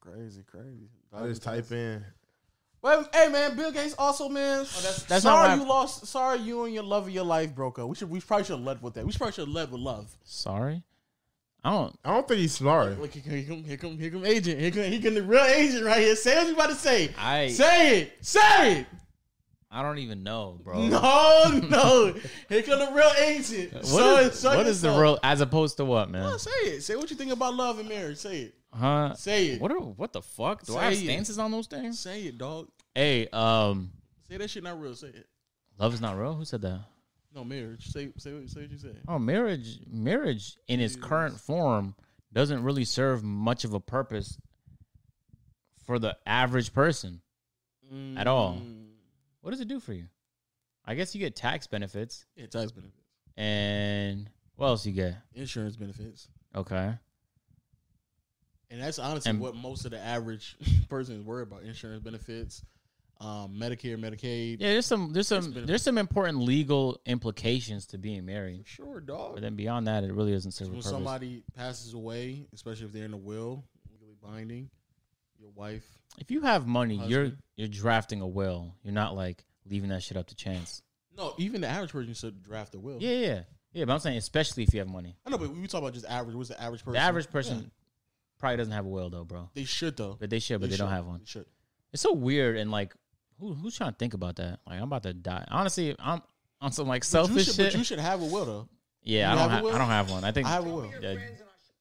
Crazy, crazy. I just type in. But hey, man, Bill Gates also, man. Oh, that's not sorry what I- you lost. Sorry you and your love of your life broke up. We should. We probably should have led with that. We probably should have led with love. Sorry, I don't. I don't think he's smart. Look, here come, here come, here come, agent. Here come, here come the real agent right here. Say what you about to say. I Say it. Say it. I don't even know, bro. No, no. Here come the real agent. What So- is- so what is the yourself. real as opposed to what, man? No, say it. Say what you think about love and marriage. Say it. Huh? Say it. What are, what the fuck? Do I Say have it. stances on those things? Say it, dog. Hey, um, Say that shit not real. Say it. love is not real. Who said that? No marriage. Say say what, say what you said. Oh, marriage, marriage in its current form doesn't really serve much of a purpose for the average person at all. Mm. What does it do for you? I guess you get tax benefits Yeah, tax benefits, and what else you get? insurance benefits, Okay. and that's honestly And- what most of the average person is worried about: insurance benefits, um, Medicare, Medicaid. Yeah, there's some there's some benefits. there's some important legal implications to being married. Sure, dog. But then beyond that, it really doesn't serve a When purpose. somebody passes away, especially if they're in a will, legally binding, your wife. If you have money, you're Husband. you're drafting a will. You're not like leaving that shit up to chance. No, even the average person should draft a will. Yeah, yeah, yeah. But I'm saying, especially if you have money, I know, but we talk about just average. What's the average person? the average person Yeah. probably doesn't have a will though, bro. They should though. But they should, but they, don't should. have one. They should. It's so weird and like who who's trying to think about that? Like I'm about to die. Honestly, I'm on some like you selfish should, shit. But you should have a will though. yeah, you I have don't a have will? I don't have one. I think I have a will. yeah,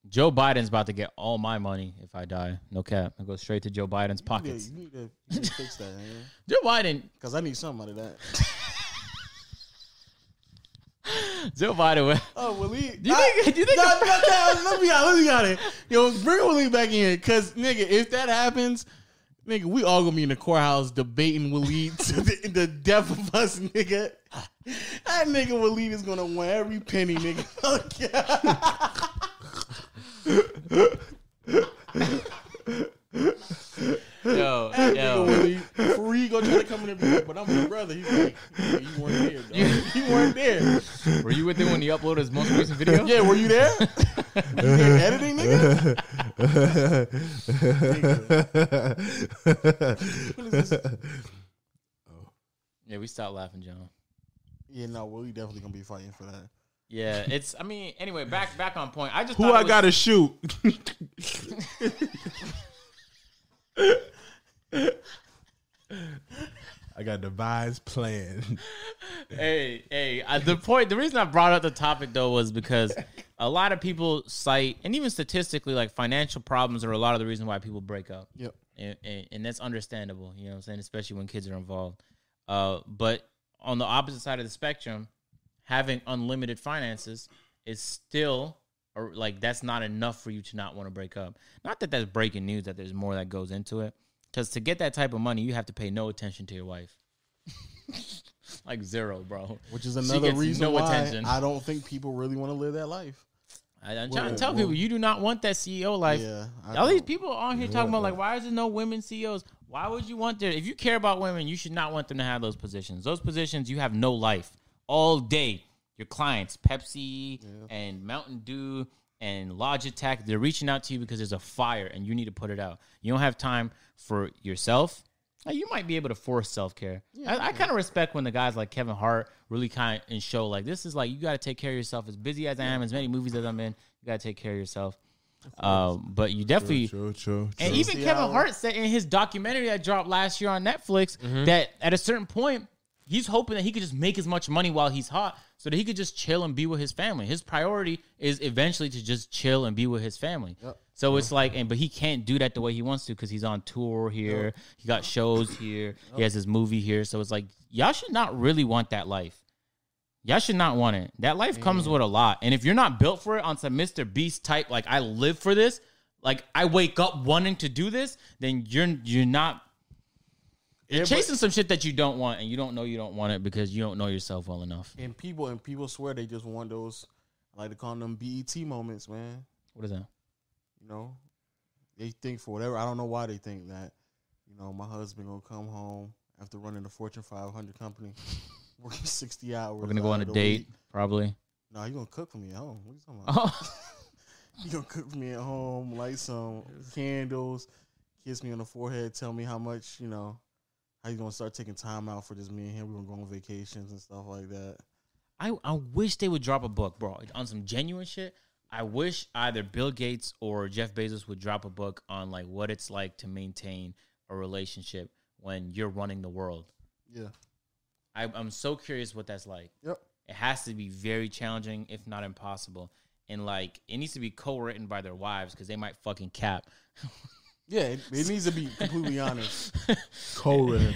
Joe Biden's about to get all my money if I die. No cap. It goes straight to Joe Biden's Yeah, pockets. you need to, you need to fix that, man. Joe Biden Because I need something out of that. Joe Biden would- Oh, Willie. Do you think- do you think- Nah, nah, nah, let me out. Let me out. It. Yo, bring Willie back in, cause nigga, if that happens, nigga, we all gonna be in the courthouse debating Willie to the, the death of us, nigga. That nigga Willie is gonna want every penny, nigga. Fuck yeah. Yo, Nigga, yo. Willie, free gonna try to come in and be like, but I'm your brother. He's like, "Yeah, you weren't there, dog. You weren't there. Were you with him when he uploaded his most recent video? Yeah, were you there? Were you there editing, nigga? What is this? Yeah, we stopped laughing, John. Yeah, no, Willie definitely gonna be fighting for that. Yeah, it's. I mean, anyway, back back on point. I just Who thought it I was- gotta shoot? I got a devised plan. Hey, hey. I, the point. The reason I brought up the topic though was because a lot of people cite and even statistically, like financial problems are a lot of the reason why people break up. Yep. and, and, and that's understandable. You know what I'm saying, especially when kids are involved. Uh, but on the opposite side of the spectrum, having unlimited finances is still or like that's not enough for you to not want to break up. Not that that's breaking news. That there's more that goes into it. Because to get that type of money, you have to pay no attention to your wife. like zero, bro. Which is She another gets reason no why attention. I don't think people really want to live that life. I, am trying Whoa, to tell whoa. people you do not want that CEO life. yeah, I All these don't. people on here talking about like, why is there no women CEOs? Why would you want there? If you care about women, you should not want them to have those positions. Those positions, you have no life all day. Your clients, Pepsi and Mountain Dew and Logitech, they're reaching out to you because there's a fire and you need to put it out. You don't have time for yourself. Like, you might be able to force self care. I, I kind of respect when the guys like Kevin Hart really kind and show like this is like you got to take care of yourself. As busy as I am, as many movies as I'm in, you got to take care of yourself. Um, but you definitely True, true, and true. even the Kevin hour. Hart said in his documentary that dropped last year on Netflix that at a certain point he's hoping that he could just make as much money while he's hot so that he could just chill and be with his family. His priority is eventually to just chill and be with his family. So it's like and but he can't do that the way he wants to cuz he's on tour here. He got shows here. He has his movie here. So it's like y'all should not really want that life. Y'all should not want it. That life comes with a lot. And if you're not built for it on some Mr. Beast type, like I live for this, like I wake up wanting to do this, then you're you're not you're Yeah, but- chasing some shit that you don't want and you don't know you don't want it because you don't know yourself well enough. and people and people swear they just want those. I like to call them BET moments, man. What is that? You know, they think for whatever. I don't know why they think that. You know, my husband gonna come home after running a Fortune 500 company, working 60 hours. We're gonna go on a date, probably. No, nah, he gonna cook for me at home. What you talking about? Oh, You gonna cook for me at home, light some candles, kiss me on the forehead, tell me how much, you know, how you gonna start taking time out for just me and him. We're gonna go on vacations and stuff like that. I, I wish they would drop a book, bro, on some genuine shit. I wish either Bill Gates or Jeff Bezos would drop a book on like what it's like to maintain a relationship when you're running the world. Yeah. I, I'm so curious what that's like. Yep. It has to be very challenging, if not impossible. And like, it needs to be co-written by their wives because they might fucking cap. Yeah, it, it needs to be completely honest. co-written.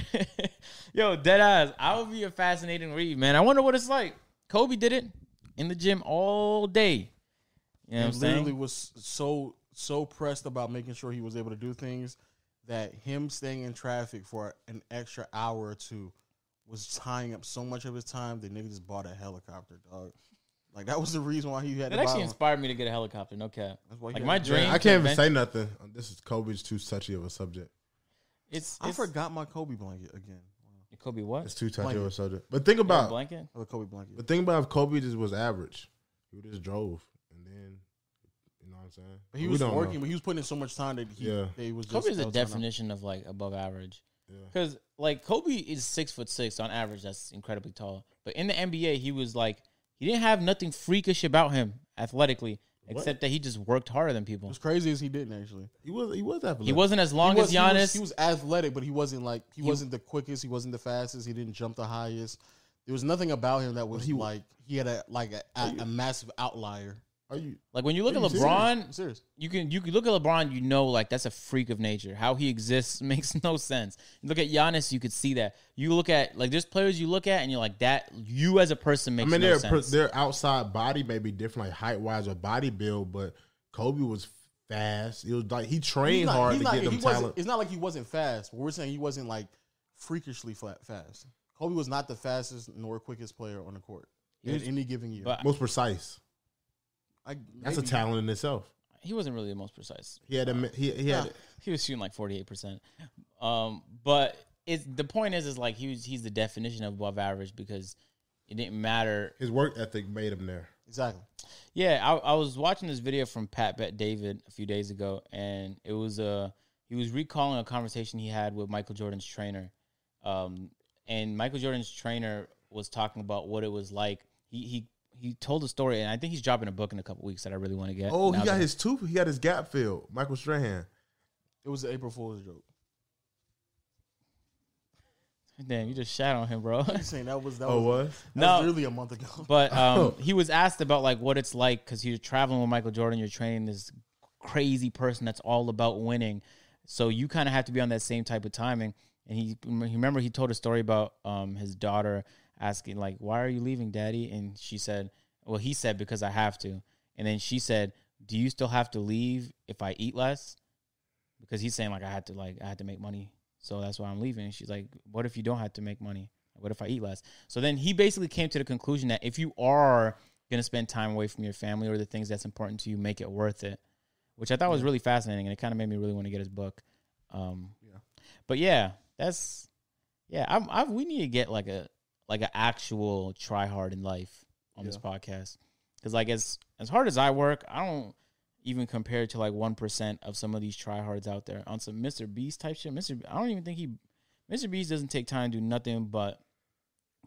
Yo, dead eyes. I would be a fascinating read, man. I wonder what it's like. Kobe did it in the gym all day. You know what I'm He literally saying? was so so pressed about making sure he was able to do things that him staying in traffic for an extra hour or two was tying up so much of his time. The nigga just bought a helicopter, dog. Like that was the reason why he had. That to buy actually one. inspired me to get a helicopter. No cap. That's why he Like had my to- dream. I can't even man, say nothing. This is Kobe's too touchy of a subject. It's, I it's- forgot my Kobe blanket again. Kobe what? It's too touchy of a Blanket. subject. But think Kobe about blanket. Oh, the Kobe blanket. But think about if Kobe just was average, he just drove, and then you know what I'm saying. But he We was don't working, know. but he was putting in so much time that he Yeah. they was just Kobe is a that was not enough. definition of like above average. Yeah. Because like Kobe is six foot six on average. That's incredibly tall. But in the NBA, he was like he didn't have nothing freakish about him athletically. Except that he just worked harder than people. As crazy as he didn't actually. He was he was athletic. He wasn't as long he was, as he was- Giannis. He was, athletic, but he wasn't like he, wasn't the quickest. He wasn't the fastest. He didn't jump the highest. There was nothing about him that was like he had a like a, a, a massive outlier. Are you? like when you look at Are you I'm LeBron, serious. you can you can look at LeBron, you know, like that's a freak of nature. How he exists makes no sense. You look at Giannis, you could see that. You look at like there's players you look at and you're like that. You as a person I makes mean, no their per- sense. their outside body may be different, like height wise or body build, but Kobe was fast. It was like he trained He's not- hard he's to not- get he them wasn't- talent. It's not like he wasn't fast. We're saying he wasn't like freakishly flat fast. Kobe was not the fastest nor quickest player on the court He in was- any given year. but Most precise. I, That's maybe- a talent in itself. he wasn't really the most precise. He had a he, he had. Nah. he was shooting like 48%. Um, but it's the point is, is like he was, he's the definition of above average because it didn't matter. His work ethic made him there. Exactly. Yeah, I, I was watching this video from Pat Bet David a few days ago, and it was uh, he was recalling a conversation he had with Michael Jordan's trainer, um, and Michael Jordan's trainer was talking about what it was like. He he he told a story, and I think he's dropping a book in a couple weeks that I really want to get. Oh, he now got that- his tooth. He got his gap filled. Michael Strahan. It was an April Fool's joke. damn, you just shat on him, bro. I'm saying that was that Oh, was, was that was No. literally a month ago. But um, he was asked about like what it's like because you're traveling with Michael Jordan, you're training this crazy person that's all about winning, so you kind of have to be on that same type of timing. And he, he- remember he told a story about um, his daughter asking like, "Why are you leaving, Daddy?" And she said, "Well, he said because I have to." And then she said, "Do you still have to leave if I eat less?" Because he's saying like I had to like I had to make money, so that's why I'm leaving. And she's like, "What if you don't have to make money? What if I eat less?" So then he basically came to the conclusion that if you are gonna spend time away from your family or the things that's important to you, make it worth it. Which I thought was really fascinating, and it kind of made me really want to get his book. Um, Yeah. But yeah, that's yeah. I'm, I we need to get like a like an actual try hard in life on this Yeah. podcast because like as as hard as I work, I don't even compare to like one percent of some of these tryhards out there on some Mr. Beast type shit. Mr. B- I don't even think he Mr. Beast doesn't take time to do nothing but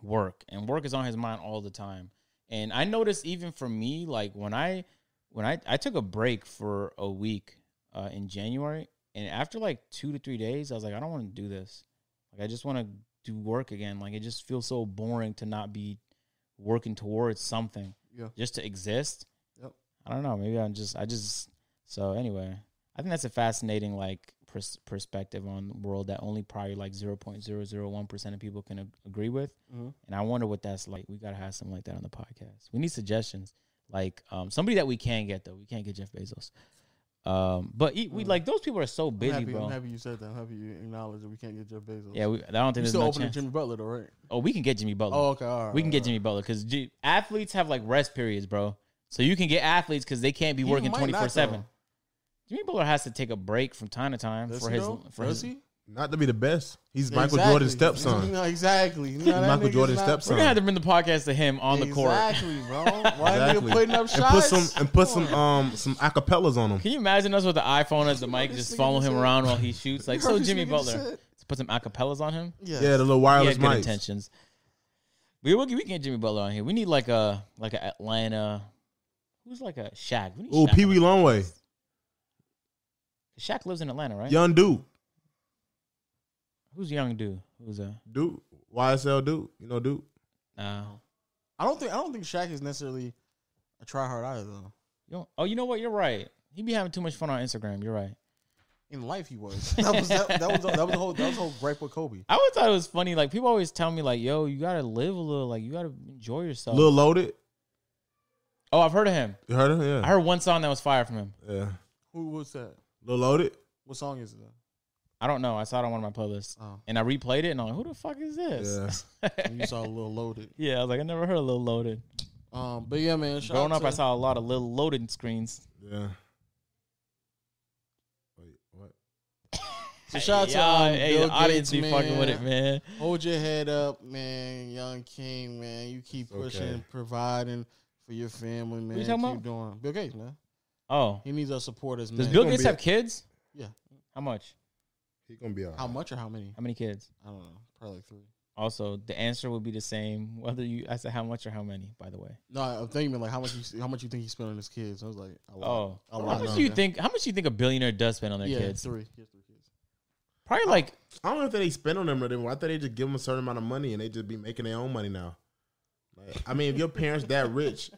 work, and work is on his mind all the time. And I noticed even for me, like when I when I I took a break for a week uh, in January, and after like two to three days, I was like, I don't want to do this. Like I just want to do work again. Like it just feels so boring to not be working towards something. Yeah. Just to exist. Yep. I don't know. Maybe I'm just I just so anyway. I think that's a fascinating like pers- perspective on the world that only probably like 0.001% of people can ag- agree with. Mhm. And I wonder what that's like. We got to have something like that on the podcast. We need suggestions. Like um, somebody that we can get though. We can't get Jeff Bezos. Um, but he, we Mm. like those people are so busy, I'm happy, bro. I'm happy you said that. I'm happy you acknowledged that we can't get Jeff Bezos. Yeah, we, I don't you think there's still no opening chance. Jimmy Butler though, right? oh, we can get Jimmy Butler. Oh, okay. All right, we can all get right. Jimmy Butler because athletes have like rest periods, bro. So you can get athletes because they can't be He working might twenty not, four seven. though. Jimmy Butler has to take a break from time to time Does for he his though? for Does his. he? not to be the best. He's Michael Exactly. Jordan's stepson. No, exactly. No, that Michael nigga's Jordan's not- stepson. We're gonna have to bring the podcast to him on the court. Exactly, bro. Why Exactly. nigga putting up shots? and put some and put some um some acapellas on him. Can you imagine us with the iPhone as the heard mic, this just nigga follow just him said- around while he shoots? Like You heard so, this Jimmy nigga Butler. said? Let's put some acapellas on him. Yes. Yeah, the little He wireless had good mics. intentions. We we can, we can get Jimmy Butler on here. We need like a like a Atlanta. Who's like a Shaq? We need Ooh, Shaq on Pee Wee the- Longway, Shaq lives in Atlanta, right? young dude, Who's young dude? Who's a dude, YSL dude, you know dude. uh, I don't think I don't think Shaq is necessarily a tryhard either though. you don't, oh, you know what? You're right. He be having too much fun on Instagram. You're right. In life, he was. That was that, that was that was the whole that was the whole gripe with Kobe. I always thought it was funny. Like people always tell me, like, "Yo, you gotta live a little. Like you gotta enjoy yourself." Lil Loaded, Oh, I've heard of him. you heard him? I Yeah, heard one song that was fire from him. yeah. Who was that? Lil Loaded. What song is it? Though? I don't know. I saw it on one of my playlists, Oh, and I replayed it, and I'm like, "Who the fuck is this?" Yeah, and you saw a little loaded. I was like, "I never heard of Lil Loaded." Um, but yeah, man. Shout Growing out up, to, I saw a lot of Lil Loaded screens. Yeah. Wait, what? So shout out to um, hey, Bill the audience Gates, be fucking with it, man. man. Hold your head up, man, young king, man. You keep It's pushing, okay. providing for your family, man. you talking keep about? doing Bill Gates, man. Oh, He needs our supporters, does man. Bill gonna Gates be- have kids? Yeah. How much? He gonna be all right. how much or how many? How many kids? I don't know. Probably like three. Also, the answer will be the same whether you. I said how much or how many. By the way, No, I'm thinking like how much you how much you think he spent on his kids. I was like, a lot. oh, a how lot. much no, do you yeah. think? How much do you think a billionaire does spend on their Yeah, kids? three. He has three kids. Probably like I don't know if they spend on them or whatever. I thought they just give them a certain amount of money and they just be making their own money now. Like, I mean, if your parents that rich,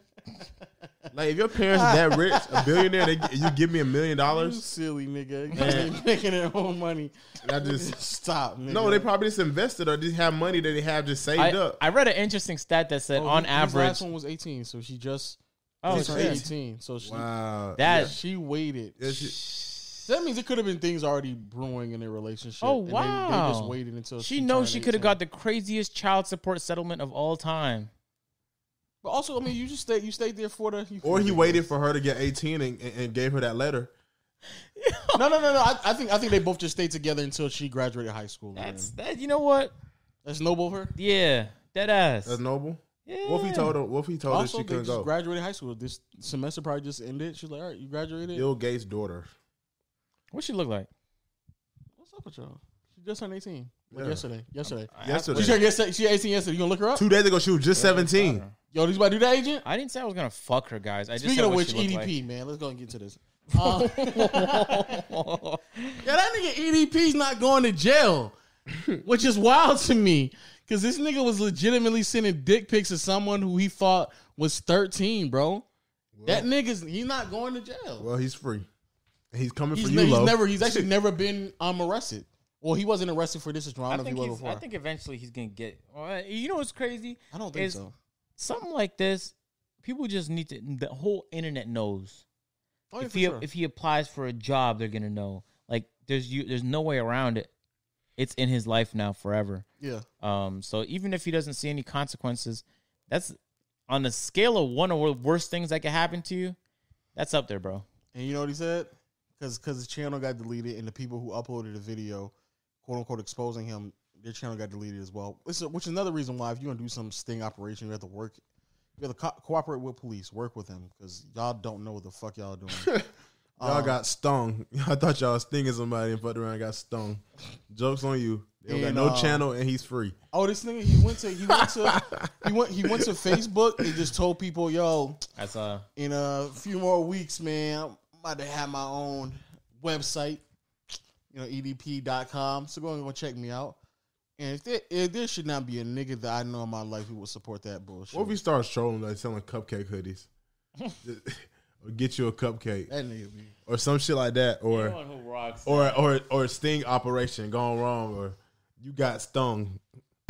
like if your parents that rich, a billionaire, they, you give me a million You dollars, silly nigga. You Man. ain't making their own money. and I just Stop. Nigga. no, they probably just invested or just have money that they have just saved I, up. I read an interesting stat that said Oh, on his average. last one was 18, so she just Oh, just turned shit. 18. So she wow, That- she waited. Yeah, she- That means it could have been things already brewing in their relationship. Oh, and they- they, just wow. waited until She turned knows she could have 18. got the craziest child support settlement of all time. But also, I mean, you just stayed. You stayed there for the. You or he waited for her to get eighteen and, and, and gave her that letter. No, no, no, no. I, I think I think they both just stayed together until she graduated high school. man. That's that. You know what? that's noble of her. Oh, Yeah, dead ass. That's noble. yeah. What if he told her? What if he told Also, her she they couldn't just go? graduated high school. This semester probably just ended. She's like, all right, you graduated. Bill Gates' daughter. What she look like? What's up with y'all? She just turned eighteen. Like Yeah. yesterday. Yesterday. Yesterday. She turned yesterday. She eighteen yesterday. You gonna look her up? Two days ago, she was just seventeen. Yo, these about to do that agent. I didn't say I was gonna fuck her, guys. I just Speaking said of what which, E she EDP looked man, let's go and get to this. Uh, like. Yeah, that nigga EDP's not going to jail, which is wild to me because this nigga was legitimately sending dick pics to someone who he thought was thirteen, bro. that nigga's he's not going to jail. Well, he's free. And He's coming he's, for you, ne- he's Lo. never he's actually never been um arrested. Well, he wasn't arrested for this. I I don't know if think, he was he's, before. I think eventually he's gonna get. Well, you know what's crazy? I don't think is so. Something like this, people just need to. The whole internet knows. Oh, yeah, if for he sure. if he applies for a job, they're gonna know. Like there's you. There's no way around it. It's in his life now forever. yeah, Um. So even if he doesn't see any consequences, that's on the scale of one of the worst things that could happen to you. That's up there, bro. and you know what he said? Because because his channel got deleted, and the people who uploaded the video, quote unquote, exposing him, their channel got deleted as well. It's a- which is another reason why if you're gonna do some sting operation, you have to work, you have to co- cooperate with police, work with them, because y'all don't know what the fuck y'all doing. Y'all got stung. I thought y'all was stinging somebody and fucked around and got stung. Jokes on you. They don't And, got no uh, channel and he's free. oh, this nigga, he went to he went to he went he went to Facebook and just told people, yo, That's uh. in a few more weeks, man, I'm about to have my own website, you know, E edp.com. So go and go check me out. And if there, if there should not be a nigga that I know in my life who would support that bullshit. What if he starts trolling like selling cupcake hoodies? or get you a cupcake. that nigga be. Or some shit like that. Or who rocks. or or or sting operation gone wrong or you got stung.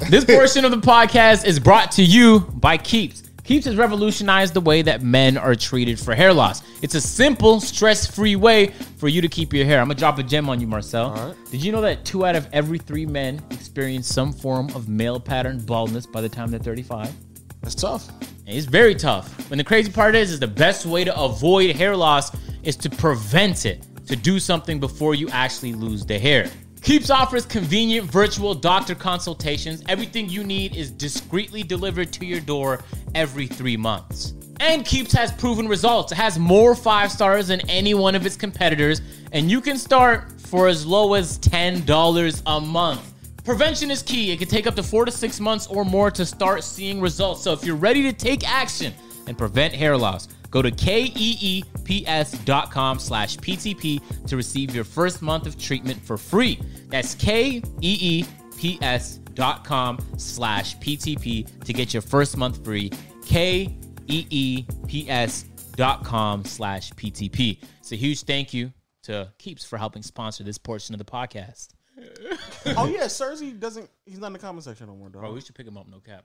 This portion of the podcast is brought to you by Keeps. Keeps has revolutionized the way that men are treated for hair loss. It's a simple, stress free way for you to keep your hair. I'm gonna drop a gem on you, Marcel. right. Did you know that two out of every three men experience some form of male pattern baldness by the time they're 35? That's tough. And It's very tough. And the crazy part is, is the best way to avoid hair loss is to prevent it, to do something before you actually lose the hair. Keeps offers convenient virtual doctor consultations. Everything you need is discreetly delivered to your door every three months. And Keeps has proven results. It has more five stars than any one of its competitors, and you can start for as low as $10 a month. Prevention is key. It can take up to four to six months or more to start seeing results. So if you're ready to take action and prevent hair loss, go to E keeps.com slash PTP to receive your first month of treatment for free. That's E keeps.com slash PTP to get your first month free. E K-E-E-P-S.com slash PTP. It's a huge thank you to Keeps for helping sponsor this portion of the podcast. oh, yeah, Cersei doesn't. He's not in the comment section no more, dog. Bro, we should pick him up, no cap.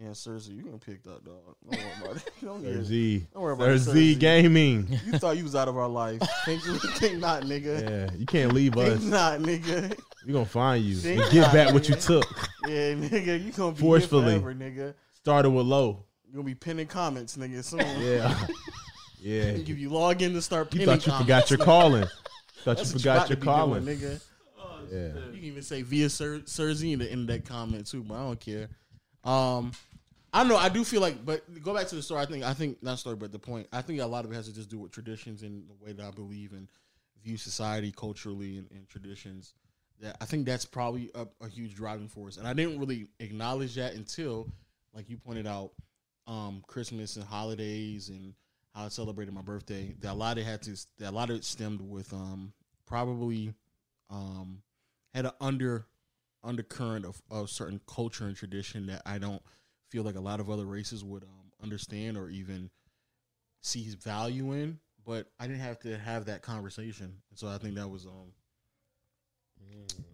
yeah, Cersei, you gonna pick that, dog. Don't worry about it. Don't get it. Z. Don't worry about it, Z Cersei. gaming. You thought you was out of our life. Think, think not, nigga. Yeah, you can't leave Think us. not, nigga. We're gonna find you. See? And get back what you took. Yeah, nigga, you gonna be Forcefully. Forcefully. forever, nigga. Started with low. You gonna be pinning comments, nigga, soon. Yeah. Yeah. Yeah. Give you login to start You pinning thought you comments. forgot your calling. Thought you That's what forgot you about to your be calling. doing, nigga. yeah. You can even say via Cer- Cersei in the end of that comment too, but I don't care. Um, I know I do feel like, but go back to the story. I think I think not story, but the point. I think a lot of it has to just do with traditions and the way that I believe and view society culturally and, and traditions. Yeah, I think that's probably a, a huge driving force, and I didn't really acknowledge that until, like you pointed out, um, Christmas and holidays and how I celebrated my birthday. That a lot of it had to that a lot of it stemmed with um, probably um, had an under undercurrent of, of certain culture and tradition that I don't feel like a lot of other races would um, understand or even see value in. But I didn't have to have that conversation, so I think that was um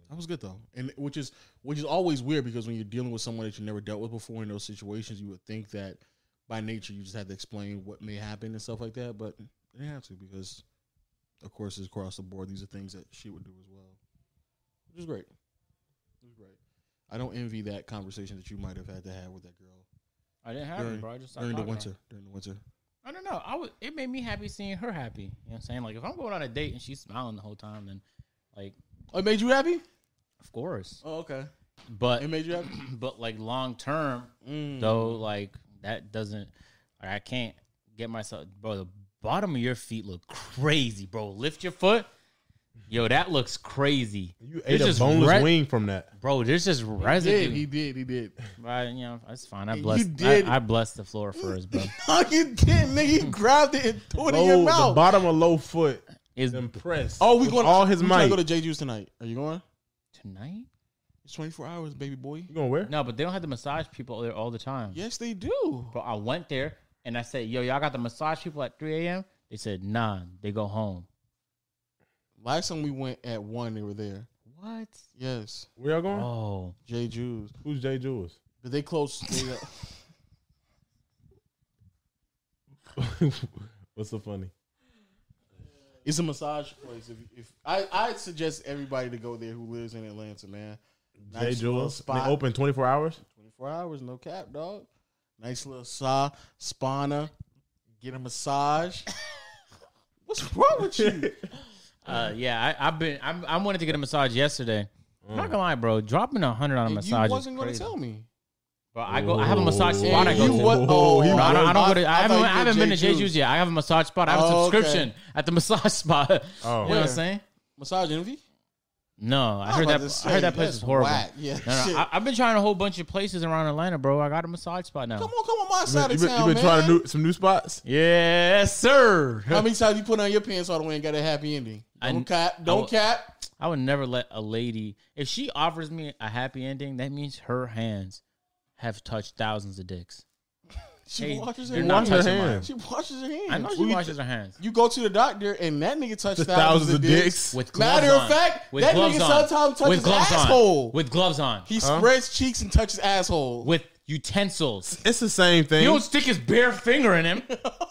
that was good though, and which is which is always weird because when you're dealing with someone that you never dealt with before in those situations, you would think that by nature you just have to explain what may happen and stuff like that, but you didn't have to because of course it's across the board. These are things that she would do as well, which is great. It was great. I don't envy that conversation that you might have had to have with that girl I didn't have during, it, bro. I just stopped during the talking to her. winter. During the winter, I don't know. I was, it made me happy seeing her happy. You know what I'm saying? Like if I'm going on a date and she's smiling the whole time, then like oh, it made you happy. of course. Oh, okay. But It made you happy. but like long term Mm. though, like that doesn't. Like, I can't get myself, bro. The bottom of your feet look crazy, bro. Lift your foot, yo. That looks crazy, You It's ate a just boneless re- wing from that. bro. There's just did. residue. He did. He did. I, you know, that's fine. I You blessed. did. I, I blessed the floor first, bro. No, you didn't, nigga. You grabbed it and threw it in Low, your the mouth. bottom of low foot Is impressed. oh, we with going all his we might. trying to go to J Juice tonight. Are you going? tonight? It's twenty four hours, baby boy. you gonna wear? No, but they don't have the massage people there all the time. Yes, they do. But I went there and I said, "Yo, y'all got the massage people at 3 a.m." They said, "Nah, they go home." Last time we went at one, they were there. What? Yes, Where y'all going? Oh, J Juice. Who's Jay Jules? But they closed. They, uh, What's so funny? It's a massage place. If, if I, I suggest everybody to go there who lives in Atlanta, man. Jay little Jules. They spot. open twenty four hours. 24 hours, no cap, dog. Nice little spa, spawner. Get a massage. What's wrong with you? uh, yeah. I, I've been. I'm, I wanted to get a massage yesterday. I'm not gonna lie, bro. Dropping a hundred on a Mm. And you massage. is wasn't going to crazy. tell me. Bro, I go. I have a massage Ooh. spot. I go you to. was- oh, he No, I don't, I was- don't go to. I, I haven't. thought I you haven't were been to J. Jeju's yet. I have a massage spot. I have a Oh, okay. subscription at the massage spot. Oh. You know what Where? I'm saying? Massage envy? No, I was heard about that. to I say, heard that place that's is horrible. whack. Yeah, No, no, shit. I, I've been trying a whole bunch of places around Atlanta, bro. I got a massage spot now. Come on, come on my You side been, of you been- town, you been man. trying to new, some new spots? Yes, sir. How many times you put on your pants all the way and got a happy ending? I- Don't cap. Don't I- cap. I would never let a lady if she offers me a happy ending, that means her hands have touched thousands of dicks. She Hey, washes her they're hands. not Wash your touching mine. hands. She washes her hands. I know she We- washes her hands. You go to the doctor and that nigga touched The thousands, thousands of of dicks. dicks. With gloves Matter of on. fact, With that gloves nigga on. sometimes touches With gloves on. asshole. With gloves on. He spreads cheeks and touches asshole. With utensils. It's the same You thing. don't stick his bare finger in him.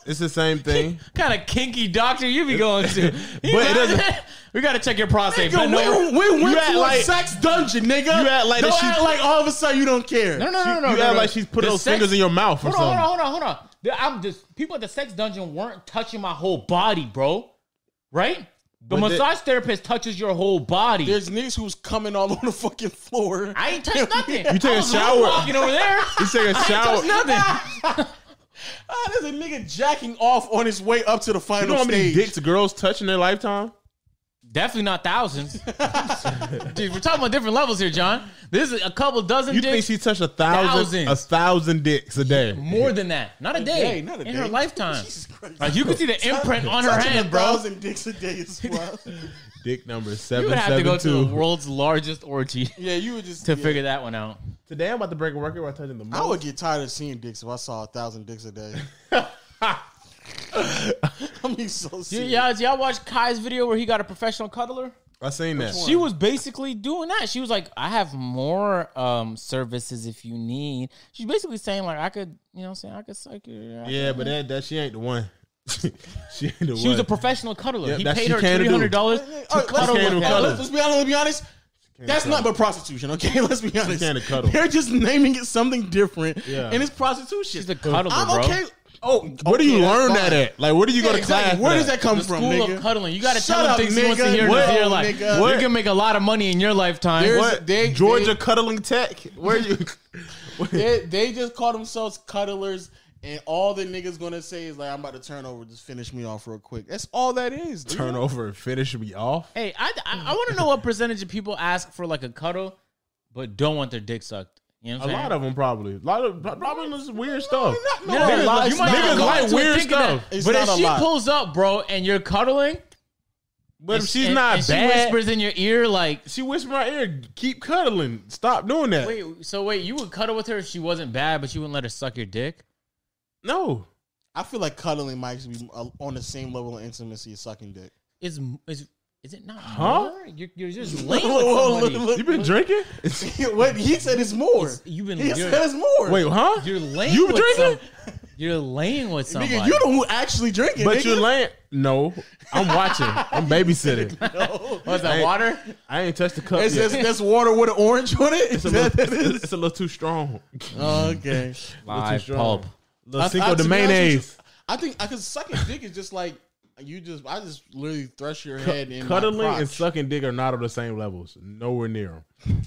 It's the same thing. kind of kinky doctor you be going to. You But it know- doesn't- we gotta check your prostate. Nigga, but no, we, we you went act to a like- sex dungeon, nigga. You act like don't that she- act like all of a sudden you don't care. no, no, no, no, no. you no, act no. like she's put The those sex- fingers in your mouth or Hold on, something. hold on, hold on, hold on. The- I'm just people at the sex dungeon weren't touching my whole body, bro. Right? The But they- massage therapist touches your whole body. There's niggas who's coming all on the fucking floor. I ain't touched nothing. You take I a was shower. Walking over there. You take a shower. Touched nothing. Ah, there's a nigga jacking off on his way up to the final You know how many stage. dicks girls touch in their lifetime? Definitely not thousands. Dude, we're talking about different levels here, John. This is a couple dozen You think dicks. she touched a thousand, Thousands. a thousand dicks a day? more than that. Not a day. Hey, not a in day. her lifetime. Jesus Christ. Like Uh, you can see the imprint on her Touching hand, a bro. thousand dicks a day is wild. Dick number You seven would have to go seven to the two. world's largest orgy to yeah, you would just yeah. figure that one out. Today I'm about to break a record by touching the I most. would get tired of seeing dicks if I saw a thousand dicks a day. I'm being so Dude, serious. y'all, y'all watch Kai's video where he got a professional cuddler? I seen that. one? She was basically doing that. She was like, I have more um services if you need. She's basically saying, like, I could, you know what I'm saying? I could suck your I Yeah, but that, that she ain't the one. she ain't the one. She was a professional cuddler. Yeah, he that's- paid she her came to three do. hundred dollars Hey, to hey, cuddle came Hey, to with him. cuddle. let's, let's be honest. Let's be honest. That's cuddle. nothing but prostitution, okay? Let's be honest. can't cuddle. They're just naming it something different, Yeah. and it's prostitution. She's a cuddler, I'm bro. okay. Oh, Where do you okay, that's learn fine. that at? Like, where do you Yeah, go to exactly. class? Where for does that? that come The from, school nigga? of cuddling. You got to Shut tell him up, things he wants to nigga. hear. What? What? You're like, Nigga. you What? can make a lot of money in your lifetime. There's- What They- Georgia they- cuddling tech? Where you? They, they just call themselves cuddlers and all the niggas gonna say is like, I'm about to turn over, just finish me off real quick. That's all that is. dude. Turn over and finish me off. Hey, I I, I want to know what percentage of people ask for like a cuddle, but don't want their dick sucked. You know A what I'm saying? lot of them probably. A lot of probably this weird stuff. Not- no, No, it's Niggas not- like- it's not niggas a lot. like going to weird thinking that. stuff. It's but if not a she lot. pulls up, bro, and you're cuddling, But if and- she's and- not and bad, she whispers in your ear like, she whispered in my ear, keep cuddling. Stop doing that. "Wait, so wait, you would cuddle with her if she wasn't bad, but you wouldn't let her suck your dick?" No. I feel like cuddling might actually be uh, on the same level of intimacy as sucking dick. Is is is it not? Huh? more? You're, you're just laying with Whoa, somebody. look, You been look. drinking? what he said is more. You've been He you're, said it's more. Wait, huh? you're laying. You with drinking? Some, you're laying with somebody. nigga, you the one who actually drinking. But nigga. you're laying. No, I'm watching. I'm babysitting. What's that Hey. water? I ain't touched the cup It's, yet. it's, that's water with an orange on it. It's a, That- little, that it's, is- Oh, it's a little too strong. okay. Live strong. pulp. Little I- I- Cinco to be de honest with you, mayonnaise. I think I could suck a dick is just like you just. I just literally thrust your head in my Cuddling and crotch. sucking dick are not on the same levels. Nowhere near them.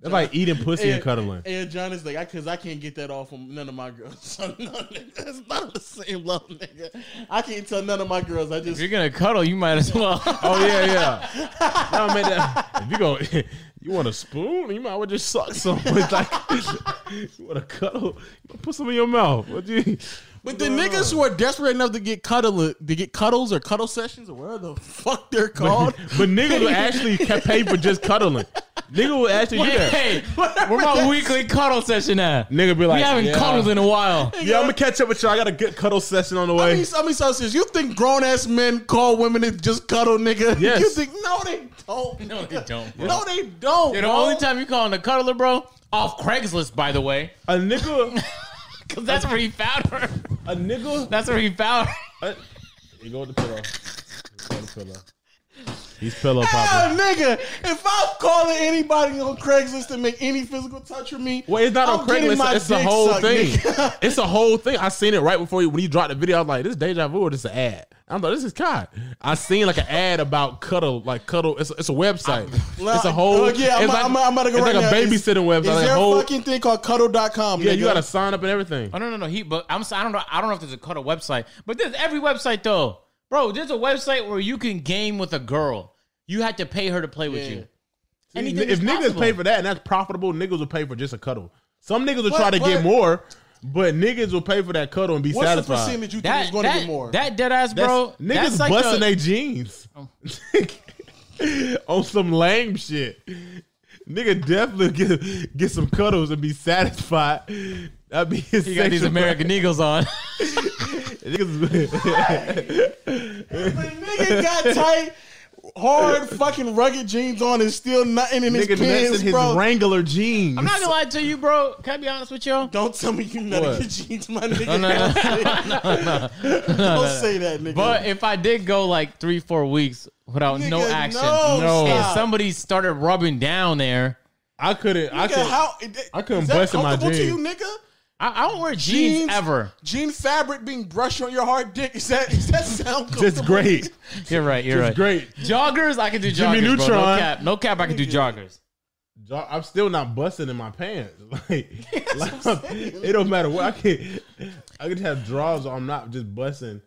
That's like eating pussy and cuddling. And John is like, I because I can't get that off from none of my girls. So no, nigga, that's not on the same level, nigga. I can't tell none of my girls. I If just you're gonna cuddle, you might as well. Oh yeah, yeah. No, man, that- if you go, you want a spoon? You might as well just suck some. It's like you want to cuddle? Put some in your mouth. What you? But the niggas who are desperate enough to get cuddle to get cuddles or cuddle sessions or whatever the fuck they're called. But, but niggas will actually ca- pay for just cuddling. Nigga will actually do that. hey, where my weekly cuddle session at? Nigga be like, we haven't yeah. cuddled in a while. Yeah, I'm gonna catch up with you. I got a good cuddle session on the I way. mean, I mean, so serious. You think grown ass men call women to just cuddle, nigga? Yes. You think no, they don't. No, they don't, bro. No, they don't. Yeah, the bro. only time you calling a cuddler, bro, off Craigslist, by the way, a nigga, because that's where he found her. a nigga. That's where he found her. a- you go with the pillow. You go with the pillow. He's pillow popping. Ah, nigga, if I'm calling anybody on Craigslist to make any physical touch with me, Well, it's not I'm on getting my Craigslist. It's a dick whole sucked, thing. nigga. it's a whole thing. I seen it right before you when you dropped the video. I was like, "This is deja vu or this is an ad?" I'm like, "This is Kai." I seen like an ad about cuddle, like cuddle. It's, it's a website. it's a whole. Uh, yeah, I'm, it's I'm, I'm about to go It's right like now. a babysitting Is- website. Is like there a a whole, fucking thing called cuddle.com? yeah, you nigga? gotta sign up and everything. Oh no, no, no. He, but I'm. I don't know. I don't know if there's a cuddle website, but there's every website though, bro. There's a website where you can game with a girl. You had to pay her to play with Yeah. you. Anything If is niggas possible. pay for that and that's profitable, niggas will pay for just a cuddle. Some niggas will But- try to but- get more, but niggas will pay for that cuddle and be What's the satisfied. percentage you think is That, going to that, be more? that dead ass That's- bro. niggas that's like busting the- their jeans on some lame shit. Nigga definitely get get some cuddles and be satisfied. That'd be his You got these sexual- American Eagles on. Niggas- The nigga got tight, hard, fucking rugged jeans on and still nothing in his nigga pants, nuts in his bro. Wrangler jeans. I'm not gonna lie to you, bro. Can I be honest with you? Don't tell me you nutted What? your jeans, my nigga. no, no, Don't say- Don't say that, nigga. But if I did go like three, four weeks without no Nigga, action, no, No. and stop. somebody started rubbing down there, I couldn't. I Nigga, could. how, I couldn't is that bust in my comfortable jeans. to you, nigga? I, I don't wear jeans, Jeans? ever. Jean fabric being brushed on your hard dick. Is that is that sound comfortable? That's great. You're right. You're That's right. great. Joggers, I can do joggers. Jimmy bro. No Neutron. cap. No cap. I can do joggers. Jo- I'm still not busting in my pants. Like, like, it don't matter what I can. I could have drawers. Or I'm not just busting.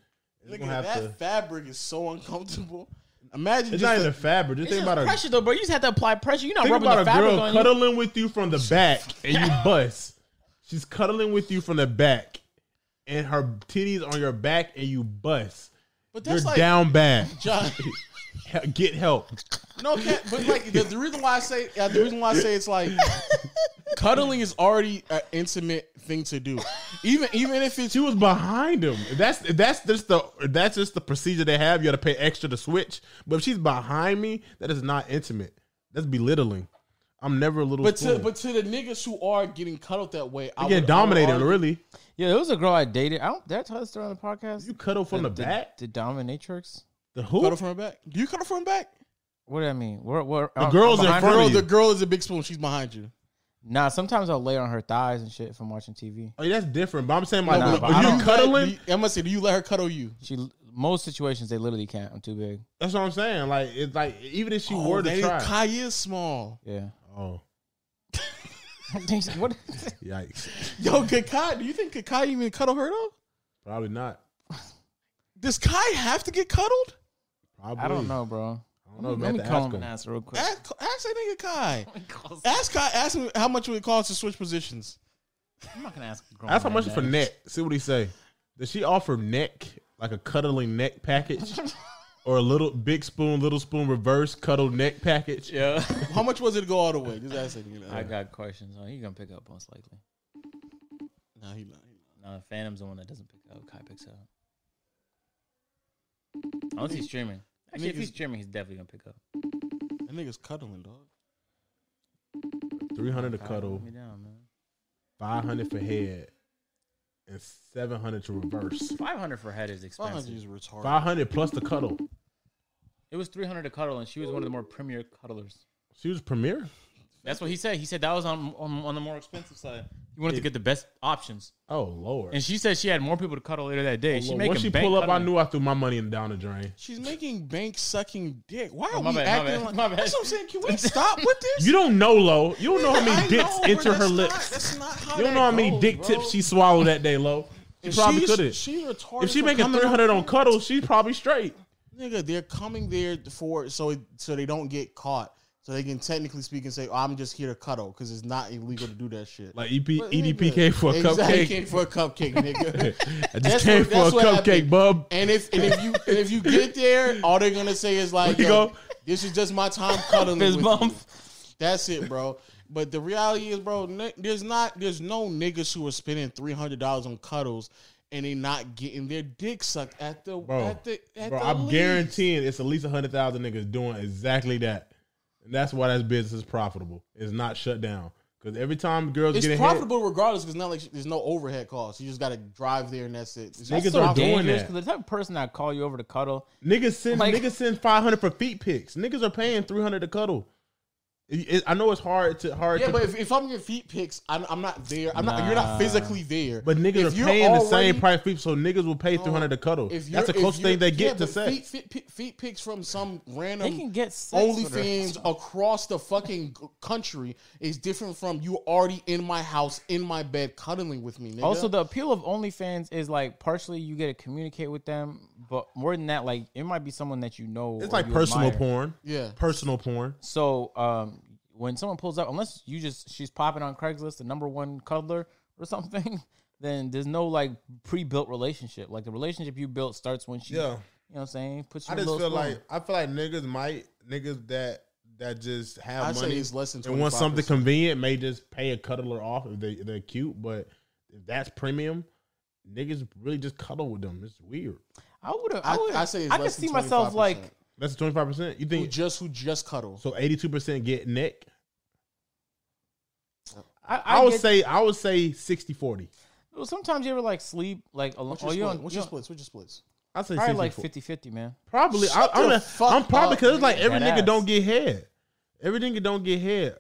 It's Nigga, gonna have that to- fabric is so uncomfortable. Imagine It's just not the- even fabric. Just It's think just about a pressure though, bro. You just have to apply pressure. You're not Think rubbing about the a fabric girl on you. cuddling with you from the back and you bust. She's cuddling with you from the back and her titties on your back and you bust. but You're that's like down bad. John, He- Get help. no, okay, but like the, the reason why I say uh, the reason why I say it's like cuddling is already an intimate thing to do. Even even if it's She was behind him. That's that's just the that's just the procedure they have. You got to pay extra to switch. But if she's behind me, that is not intimate. That's belittling. I'm never a little. but to spoon. but to the niggas who are getting cuddled that way, I you get would dominated. argue- Really, Yeah, there was a girl I dated. I don't. Did I tell this story on the podcast? you cuddle from the, back. The, dominatrix. The who? Cuddle from her back. Do you cuddle from her back? What did I mean? Where? Where? The girls in front of Girl, you. the girl is a big spoon. She's behind you. Nah. Sometimes I'll lay on her thighs and shit from watching TV. Oh, yeah, that's different. But I'm saying like, No, when- but when I don't- you cuddling, Do you- I'm gonna say, do you let her cuddle you? She most situations they literally can't. I'm too big. That's what I'm saying. Like it's like even if she Oh, were to that is- try, Kai is small. Yeah. oh, what? Yikes. Yo, could Kai, do you think could Kai even cuddle her though? Probably not. Does Kai have to get cuddled? Probably. I don't know, bro. I don't know. Let man, me to call ask him him. ass real quick. Ask, ask that nigga Kai. Ask Kai. Ask him how much would it cost to switch positions. I'm not gonna ask. a grown Ask how man much that. for neck. See what he say. Does she offer neck like a cuddling neck package, or a little big spoon, little spoon reverse cuddle neck package? Yeah. How much was it to go all the way? Just ask that nigga. I that. got questions on. He gonna pick up most likely. Nah, he lying. No, Phantom's the one that doesn't pick up. Kai picks up. Unless he's streaming. Actually, if he's streaming, he's definitely gonna pick up. That nigga's cuddling, dog. Three hundred to Kai, cuddle, put Me down, man. five hundred for head, and seven hundred to reverse. Five hundred for head is expensive. 500 is retarded. Five hundred plus the cuddle. It was three hundred to cuddle, and she was one of the more premier cuddlers. She was premier. That's what he said. He said that was on on, on the more expensive side. He wanted to get the best options, Oh lord. and she said she had more people to cuddle later that day. she Lord, making Once she bank pull up, I cuddling. knew I threw my money in down the drain. She's making bank sucking dick. Why are Oh, my we bad, my acting bad, like my bad. That's what I'm saying. Can we stop with this? You don't know, Lo. You don't know how many I dicks know, but enter her that's not- lips. That's not how You don't that know how many goes, dick bro. tips she swallowed that day, Lo. She If probably she's- couldn't. She retarded. If she for making coming three hundred on up- cuddle, she's probably straight. nigga, they're coming there for so it- so they don't get caught. So they can technically speak and say, oh, "I'm just here to cuddle," because it's not illegal to do that shit. Like E EP, But nigga, EDPK for a exactly, cupcake. for a cupcake, nigga. I just That's came what- that's for a what cupcake, happened. bub. and if and if you and if you get there, all they're gonna say is like, There you "Yo, go. this is just my time cuddling." Fist with bump. you. That's it, bro. But the reality is, bro, n- there's not there's no niggas who are spending three hundred dollars on cuddles and they not getting their dick sucked at the Bro, at the at Bro, the I'm least. guaranteeing it's at least hundred thousand niggas doing exactly that, and that's why that business is profitable. It's not shut down because every time girls It's get in here, profitable regardless. 'cause It's not like sh- there's no overhead cost. You just got to drive there and that's it. It's Niggas just- are doing dangerous that. 'cause the type of person that call you over to cuddle. niggas send Like- niggas send five hundred for feet pics. Niggas are paying three hundred to cuddle. It- it- I know it's hard to hard. yeah, to, but if, if I'm your feet pics, I'm, I'm not there. I'm not. You're not physically there. But niggas If are you're paying the already- same price for feet, so niggas will Oh, pay three hundred to cuddle. If you're- That's the if closest you're- thing they yeah, get to but sex. Feet, feet, feet- feet pics from some random They can get sex with her. OnlyFans across the fucking g- country is different from you already in my house, in my bed, cuddling with me. Nigga. Also, the appeal of OnlyFans is like partially you get to communicate with them, but more than that, like it might be someone that you know. It's or like you personal admire. porn. yeah, Personal porn. So um, when someone pulls up, unless you just she's popping on Craigslist, the number one cuddler or something, then there's no like pre-built relationship. Like the relationship you built starts when she, you know, what I'm saying, puts I you. in just little feel spoon. like I feel like niggas might niggas that that just have I'd say money. it's less than. and want 25%. something convenient, may just pay a cuddler off if they they're cute. But if that's premium, niggas really just cuddle with them. It's weird. I would have. I, I, would. I I, say it's I could less than see myself 25%. like That's twenty five percent. You who think just who just cuddle. so? Eighty two percent get neck. I, I, I, would get- say I would say 60-40. well, Sometimes you ever like sleep like alone. What's your, Oh, you split? don't. What's you your don't- splits? What's your splits? I say Probably 60 like 50-50, man. Probably. I, Shut I'm, the a, fuck I'm probably up, because it's like nigga. every That nigga ass. don't get head. Every nigga don't get head.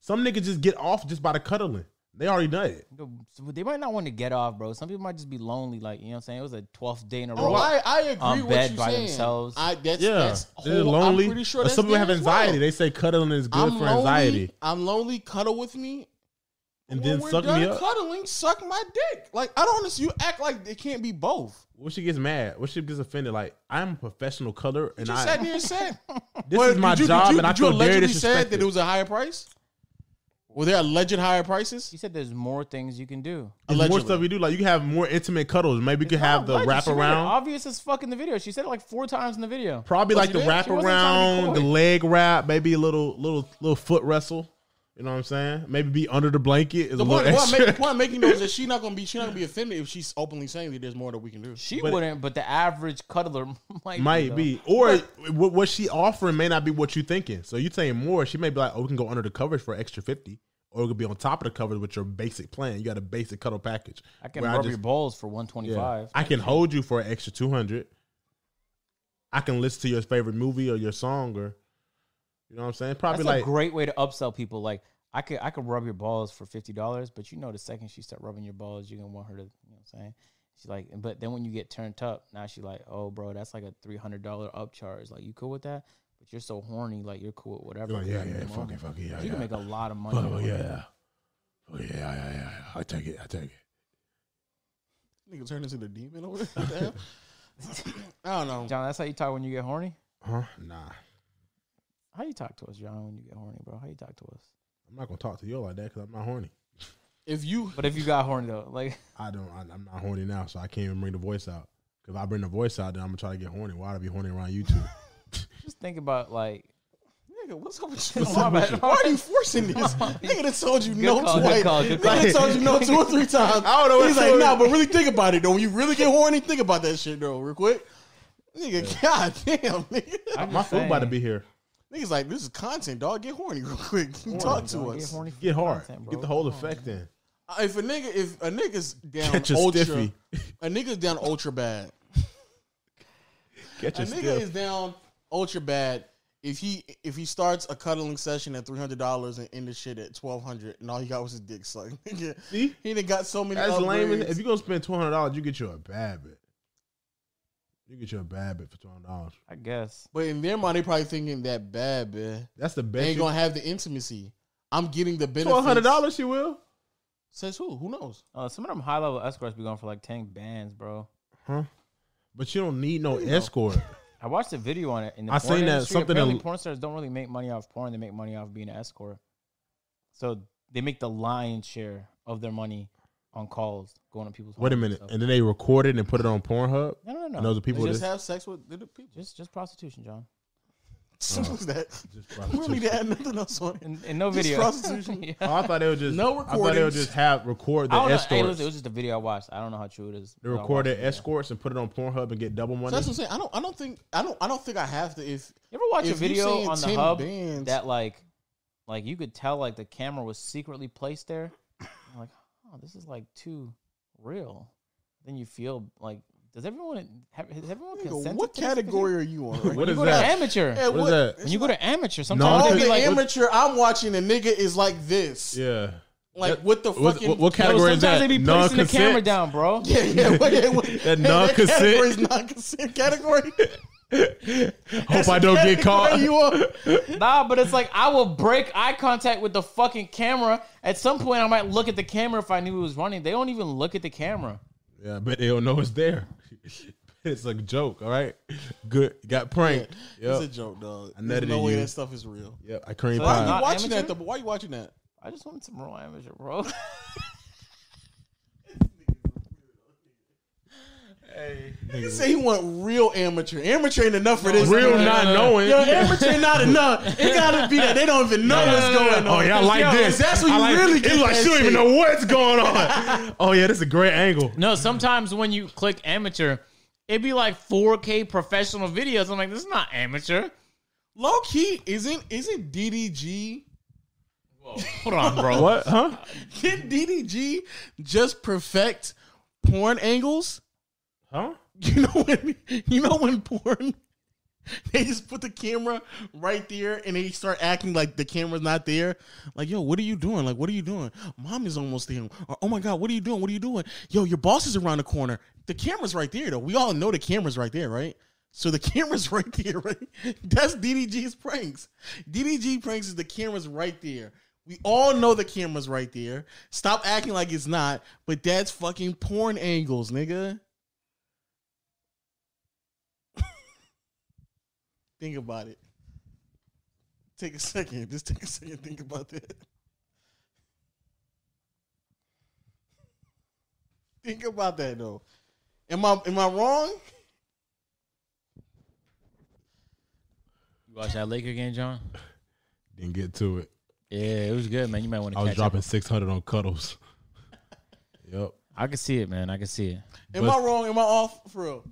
Some niggas just get off just by the cuddling. They already done it. The- They might not want to get off, bro. Some people might just be lonely. Like you know, what I'm saying it was a 12th day in a Oh, row. Bro, I, I agree on with bed you by saying. themselves. I, that's, Yeah, that's they're whole- lonely. I'm pretty sure Or that's some people there have as well. anxiety. They say cuddling is good for lonely, anxiety, I'm lonely. Cuddle with me, and When then we're suck done me up. Cuddling, suck my dick. Like I don't understand. You act like it can't be both. What she gets mad? What she gets offended? Like I'm a professional cuddler, and You I sat there and said, this Well, is my did you- did job, you- and I did you feel very allegedly said that it disrespected. was a higher price. Were there alleged higher prices? She said there's more things you can do. There's more Allegedly. stuff we do, like you can have more intimate cuddles. Maybe you could have the Not legend. She made it wraparound, Obvious as fuck in the video. She said it like four times in the video. probably like the she did. She wasn't trying to be wraparound, the coy. leg wrap, maybe a little little little foot wrestle. You know what I'm saying? Maybe be under the blanket. Is The a little point, what I'm extra. making, point I'm making though is that she's not gonna be she's not gonna be offended if she's openly saying that there's more that we can do. She But- wouldn't, but the average cuddler might Might though. be, or what, what she offering may not be what you thinking. So you saying more? She may be like, "Oh, we can go under the covers for extra fifty, or it could be on top of the covers with your basic plan. You got a basic cuddle package. I can where rub just- your balls for yeah. 125. I can hold you for an extra two hundred. I can listen to your favorite movie or your song, or you know what I'm saying. Probably That's a like great way to upsell people. Like I could, I could rub your balls for fifty dollars, but you know, the second she start rubbing your balls, you're gonna want her to. You know what I'm saying? She's like, but then when you get turned up, now she's like, oh, bro, that's like a three hundred dollar upcharge. Like you cool with that? But you're so horny, like you're cool with You're whatever. like, Oh, yeah, At yeah, the fuck moment. it, fuck it, yeah, You yeah. can make a lot of money. Fuck, off Oh, yeah, Oh, of it. yeah. I take it. I take it. Nigga turned into the demon over there. What the hell? I don't know. John, that's how you talk when you get horny. Huh? Nah. How you talk to us, John, when you get horny, bro? How you talk to us? I'm not gonna talk to you like that because I'm not horny. If you But if you got horny though, like I don't. I, I'm not horny now, so I can't even bring the voice out. Cause if I bring the voice out, then I'm gonna try to get horny. Why would I be horny around you two? just think about like Nigga, what's up with you? What's Why, up with you? why are you forcing this? Nigga done told you no call, good twice. call, good Nigga call. done told you no two or three times. I don't know what He's to like, do. nah, but really think about it though. When you really get horny, think about that shit though, real quick. Nigga, god damn, nigga. I'm My just food about to saying. be here. Niggas like, this is content, dog. Get horny real quick. Horny, Talk to John. us. horny for Get hard. content, bro. Get the whole Come on, effect man. in. Uh, If a nigga, if a nigga's down Catch a ultra, stiffy. a nigga's down ultra bad. Catch a a nigga stiff. is down ultra bad if he if he starts a cuddling session at three hundred dollars and end the shit at twelve hundred and all he got was his dick sucked. Nigga, See? he done got so many. That's lame. and- upgrades. If you're gonna spend twelve hundred dollars, you get you a bad bit. You get you a bad bit for twelve hundred dollars. I guess. but in their mind, they probably thinking that bad, man. That's the They best. ain't gonna have the intimacy. I'm getting the benefits. Twelve hundred dollars, she will. Says who? Who knows? Uh, some of them high level escorts be going for like ten bands, bro. But you don't need no escort. I watched a video on it. In the I porn seen that industry, something Apparently, that- porn stars don't really make money off porn; they make money off being an escort. So they make the lion's share of their money on calls going to people's. Wait a homes minute, stuff. and then they record it and put it on Pornhub. no, no, no, And those are no. They people just that have sex with little people. Just, just prostitution, John. Simple as that. Oh. just We don't need prostitution. to add nothing else on it. And, and no Just video. prostitution? yeah. Oh, I thought they would just No no I thought they would recordings. just have record the I don't know. Hey, escorts. listen, it was just a video I watched. I don't know how true it is. they but I record watched their the video. escorts and put it on Pornhub and get double So money. that's what I'm saying. I don't. I don't think. I don't. I don't think I have to. If You ever watch a if you video saying on the 10 hub bands- that like, like you could tell like the camera was secretly placed there? You're like, oh, this is like too real. Then you feel like, does everyone have, has everyone Nigga, consented? what to this? 'Cause category are you on? Right What You is you go that? to amateur. Yeah, What is that? it's when you go like- to amateur, No, sometimes all it'd because- the be like, amateur I'm watching, a nigga is like this. yeah. Like That- what the What, fucking what, what Yo, category is sometimes that? they be placing the camera Non-consent? down, bro. Yeah, yeah, what, yeah, what, hey, non-consent. category is non-consent category. Hope I don't get caught. Category you on? Nah, but it's like I will break eye contact with the fucking camera. At some point, I might look at the camera if I knew it was running. They don't even look at the camera. Yeah, but they don't know it's there. it's a joke, all right? Good. Got pranked. It's a Yep. joke, dog. I There's nutted no in way you. that stuff is real. Yep. I cream So Why are Uh, you pie. not watching amateur? that? Though? Why are you watching that? I just wanted some real amateur, bro. He say he want real amateur. Amateur ain't enough for this. Real nigga. not knowing. Yo, amateur not enough. It gotta be that they don't even know what's going Oh on. yeah, I like Yo, this. That's what you I like, really It get. was like that she don't even shit. know what's going on. oh yeah, this is a great angle. no, sometimes when you click amateur, it'd be like 4K professional videos. I'm like, this is not amateur. Low key, isn't isn't DDG? Hold on, bro. What? Huh? Did DDG just perfect porn angles? Huh? You know when you know when porn they just put the camera right there and they start acting like the camera's not there. Like, yo, what are you doing? Like, what are you doing? Mom is almost there. Or, oh my god, what are you doing? What are you doing? Yo, your boss is around the corner. The camera's right there though. We all know the camera's right there, right? So the camera's right there, right? That's DDG's pranks. DDG pranks is the camera's right there. We all know the camera's right there. Stop acting like it's not, but that's fucking porn angles, nigga. Think about it. Take a second. Just take a second. Think about that. Think about that though. Am I am I wrong? You watch that Laker game, John? Didn't get to it. Yeah, it was good, man. You might want to I catch was up. dropping six hundred on cuddles. yep. I can see it, man. I can see it. Am But- I wrong? Am I off for real?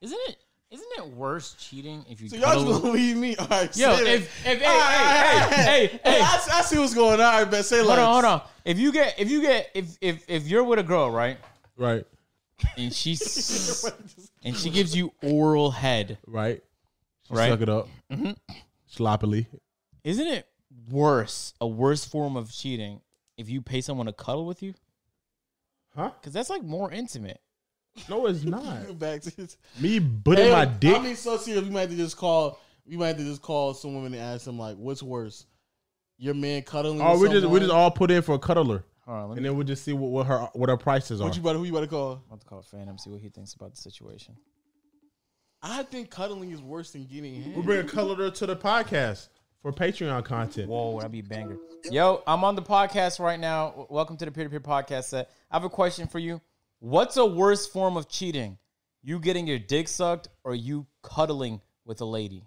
Isn't it? Isn't it worse cheating if you So y'all cuddle just with- gonna leave me? All right. Yo, say that. if- if- hey, All right, hey, all hey, right. hey, hey. I, I see what's going on. All right, bet. Say Hold less. on, hold on. If you get, if you get, if if if you're with a girl, right, Right. And she's and she gives you oral head. Right. She Right. Suck it up. Mm-hmm. Sloppily. Isn't it worse? A worse form of cheating if you pay someone to cuddle with you? Huh? Because that's like more intimate. No, it's not. Back to this. Me butting my Hey, dick. I mean, so serious. We might have to just call. We might have to just call some women and ask them like, "What's worse, your man cuddling. Oh, with we just we someone. just all put in for a cuddler, Hold on, let and me then we'll just see what, what her what her prices are. What you about? Who you about to call? I'm about to call Phantom see what he thinks about the situation. I think cuddling is worse than getting We head. bring a cuddler to the podcast for Patreon content. Whoa, would I Oh, be banger? Yo, I'm on the podcast right now. W- Welcome to the peer to peer podcast set. I have a question for you. What's a worse form of cheating? You getting your dick sucked or you cuddling with a lady?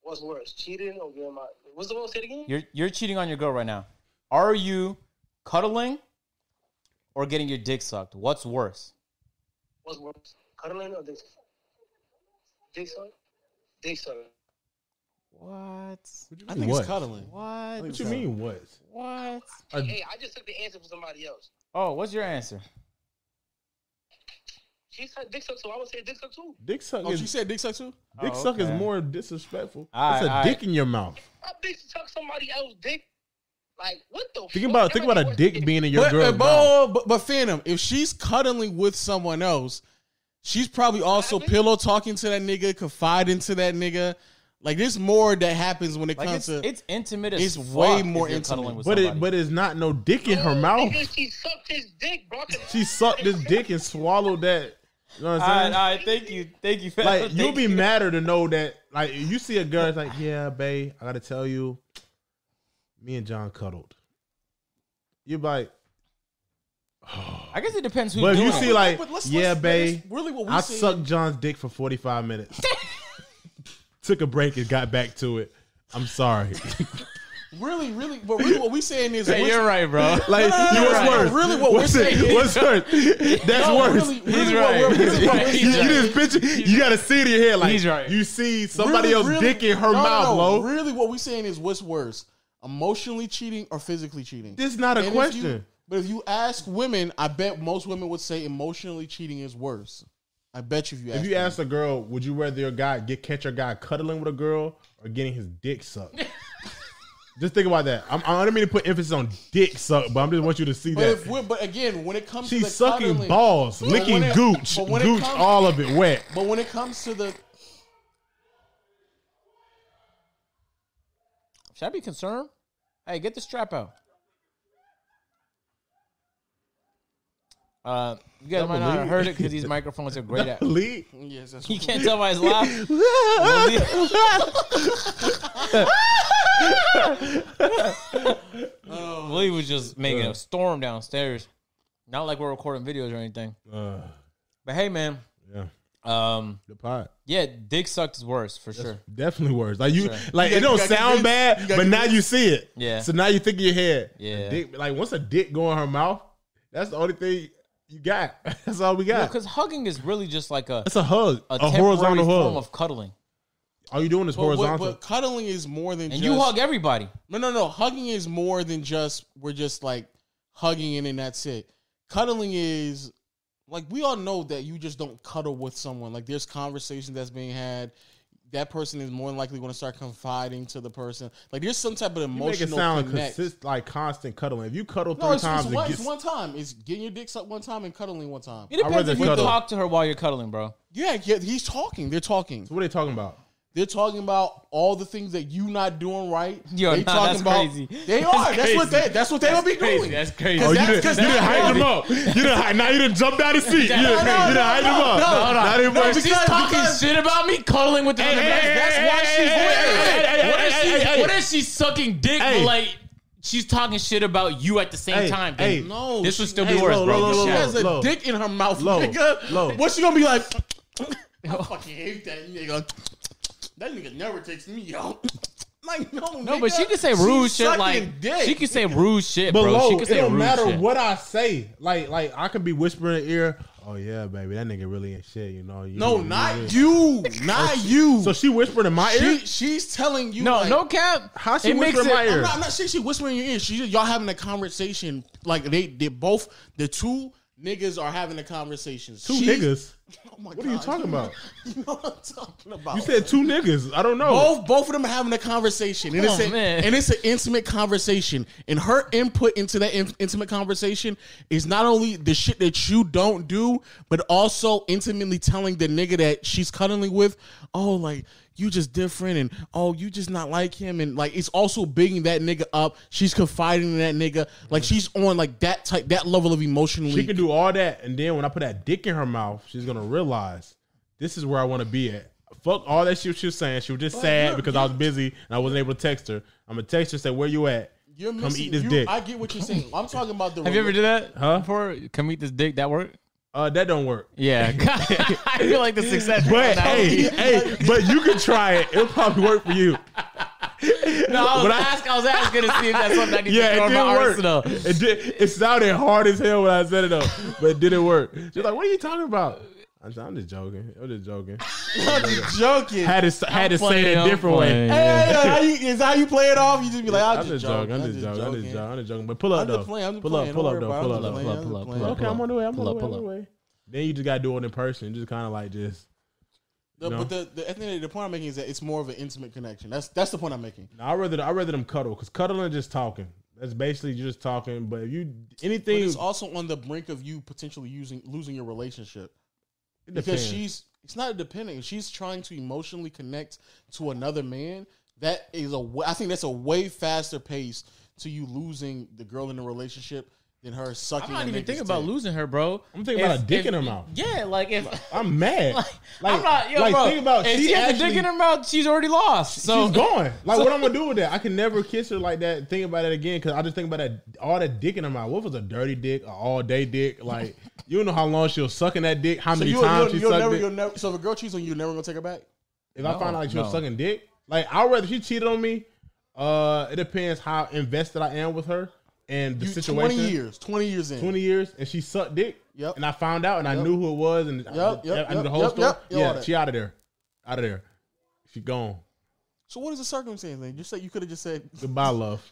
What's worse, cheating or getting my? What's the one? Say it again. You're you're cheating on your girl right now. Are you cuddling or getting your dick sucked? What's worse? What's worse, cuddling or dick? suck? Dick suck. Dick suck. What? I think What? it's cuddling. Oh, What? What you mean? What? What? Hey, I just took the answer for somebody else. Oh, what's your answer? She said dick suck, so I would say dick suck too. Dick suck Oh, is she said dick suck too. dick Oh, suck okay. is more disrespectful. All That's a right, all dick in your mouth. I dick suck somebody else's dick. Like what the? Think fuck? about That think might about a worse dick than- being in your But, girl's but, mouth. but, but Phantom, if she's cuddling with someone else, she's probably also Having- pillow talking to that nigga, confiding to that nigga. Like there's more that happens when it Like comes it's, to it's intimate as it's fuck way if more you're intimate. cuddling with But it somebody. but it's not no dick in her No, mouth. nigga, Oh, she sucked his dick, bro. She sucked this dick and swallowed that. You know what All right, I'm saying? all right, thank you, thank you. Like Thank you'll be you. madder to know that. Like you see a girl, it's like, yeah, babe, I gotta tell you, me and John cuddled. You're like, I guess it depends who's but if doing you it. see like, But let's- yeah, let's- babe, that's really what we I see. sucked John's dick for 45 minutes. Took a break and got back to it. I'm sorry. really, really. But really, what we saying is Hey, what's- you're right, bro. no, no, like, you no, what's no, no, worse? really what we're What's it- saying is- What's worse? That's No, worse. really, really He's what right. we're- really He's what right. we're He's you, saying- you just picture, you gotta see it in your head. Like He's right. you see somebody really, else really- dick in no, her no, mouth, no. low. Really, what we're saying is what's worse: emotionally cheating or physically cheating? This is not a And if you- question. but if you ask women, I bet most women would say emotionally cheating is worse. I bet you if you ask if you ask a girl, would you rather your guy get catch your guy cuddling with a girl or getting his dick sucked? just think about that. I'm, I don't mean to put emphasis on dick sucked, but I am just want you to see But, if that we're, but again, when it comes to the she's sucking cuddling- balls, But licking when it- gooch, but when it gooch, comes- all of it wet. But when it comes to the Should I be concerned? Hey, get the strap out. Uh, you guys might not have heard it because these microphones are great at. Lee, yes, that's You can't tell by his laugh. Willie was just making a storm downstairs. Not like we're recording videos or anything. uh, But hey, man. yeah, Um, the pot. yeah, dick sucked is worse for sure. Definitely worse. Like you, Sure. like got- you it don't got sound convinced. bad, You got but now you see it. Yeah. So now you think in your head. a Yeah. Dick, like once a dick go in her mouth, that's the only thing you got. That's all we got. Because hugging is really just like a, that's a hug, a, a, temporary horizontal form hug. of cuddling. all you doing is but, what, horizontal. but cuddling is more than And just, you hug everybody. No, no, no. Hugging is more than just we're just like hugging and then that's it. Cuddling is like we all know that you just don't cuddle with someone. Like there's conversation that's being had. That person is more than likely going to start confiding to the person. Like there's some type of you make it emotional sound connect. consist, like constant cuddling. If you cuddle three no, it's, times, it's, one, it it's gets, one time. It's getting your dick sucked one time and cuddling one time. It depends rather if you cuddle. talk to her while you're cuddling, bro. Yeah, yeah, he's talking. They're talking. what are they talking about? They're talking about all the things that you not doing right. Yo, they nah, talking that's about crazy. they That's are. That's what crazy. they. That's what they will be doing. crazy. Oh, you that's- didn't, you that's didn't crazy. hype them up. You didn't hype. Now you didn't jump down his seat. You didn't, No, you no, didn't no, hype no, him up. no, no, Now they no, work- because- because- shit about me cuddling with another hey, man. That's hey, why hey, she's. hey, Wait, hey, wait, hey, What if hey, she's- hey, hey. what if she's sucking dick, Hey. but like she's talking shit about you at the same Hey, time? hey. Then No, this would she- still be hey, worse, low, bro. low, You're low, she shallow. has a low. dick in her mouth, Low, nigga. low. What's she gonna be like? I fucking hate that nigga. That nigga never takes me out. Like no, No, nigga. but she could say She's rude shit sucking like dick. she could say rude shit, But bro. low, she could it say don't rude matter shit. what I say. Like, like I can be whispering in the ear. Oh yeah, baby, that nigga really ain't shit. You know? You, no, you really-" not you, not you. Mm-hmm. So she whispered in my she, ear. she's telling you. No, like, no cap. How she It makes whisper in it- my I'm ear? not, I'm not saying she whispering in your ear. She just, y'all having a conversation. Like they, they both the two niggas are having a conversation. Two She's- niggas. Oh my What are you God. talking about? You know what I'm talking about. You said two niggas. I don't know. both both of them are having a conversation, and Oh, it's a, man. and it's an intimate conversation. And her input into that in- intimate conversation is not only the shit that you don't do, but also intimately telling the nigga that she's cuddling with, oh, like you just different and oh you just not like him and like it's also bigging that nigga up. She's confiding in that nigga. Like she's on like that type that level of emotionally. She can do all that, and then when I put that dick in her mouth, she's gonna realize this is where I want to be at. Fuck all that shit she was saying. She was just sad because I was busy and I wasn't able to text her. I'm gonna text her say where you at. You're Come missing- eat this you- dick. I get what you're saying. I'm talking about the. Have you ever did that? Huh? Before come eat this dick. That work? Uh, that don't work. Yeah. I feel like the success. rate on But that hey, one- hey, but you can try it. It'll probably work for you. no, I was, but I- asking, I was asking to see if that's something I need to Yeah, throw it in my didn't arsenal. work. It did. It sounded hard as hell when I said it up, but it didn't work. She's like, "What are you talking about?" I'm, I'm just joking. I'm just joking. I'm just joking. Had to had to say it a different way. Hey, how you, is how you play it off. You just be like, I'm I'm just joking. I'm just joking. I'm just joking. I'm just joking. But pull I'm up just though. playing, I'm just Pull up. playing. Pull Don't worry up though. about it, Pull I'm up. just playing, Pull up, I'm just pull up, playing. pull up, Okay, pull I'm on the way. I'm Pull on the up, way. pull I'm on up. the way. Then you just gotta do it in person. Just kind of like just. The- No. But the, the, I think the point I'm making is that it's more of an intimate connection. That's that's the point I'm making. No, I rather I rather them cuddle because cuddling is just talking. That's basically you're just talking. But if you But anything, it's also on the brink of you potentially using losing your relationship it because depends. she's it's not dependent. She's trying to emotionally connect to another man. That is a wa- I think that's a way faster pace to you losing the girl in the relationship than her sucking. I'm not a even nigga's thinking about dick. losing her, bro. I'm thinking about a dick in her mouth. Yeah, like if I'm mad. Like, Like, I'm not- yo, like, bro, think about If she she has actually, a dick in her mouth, she's already lost. So she's gone. Like, what I'm gonna do with that? I can never kiss her like that. Think about it again, because I just think about that all that dick in her mouth. What if it was a dirty dick, an all day dick? Like, you don't know how long she was sucking that dick, how So many you times will she you'll sucked never, it. you'll never. So if a girl cheats on you, you're never gonna take her back. if I find out like she was no. sucking dick, like I'd rather she cheated on me. Uh, it depends how invested I am with her and the You, situation. Twenty years. Twenty years in. 20 years and she sucked dick. Yep. And I found out and I knew who it was and I- Yep, I, yep, knew yep, the whole yep, story. yep, yep, all yeah, that. she out of there. Out of there. She gone. So what is the circumstance? Then you said you could have just said Goodbye, love.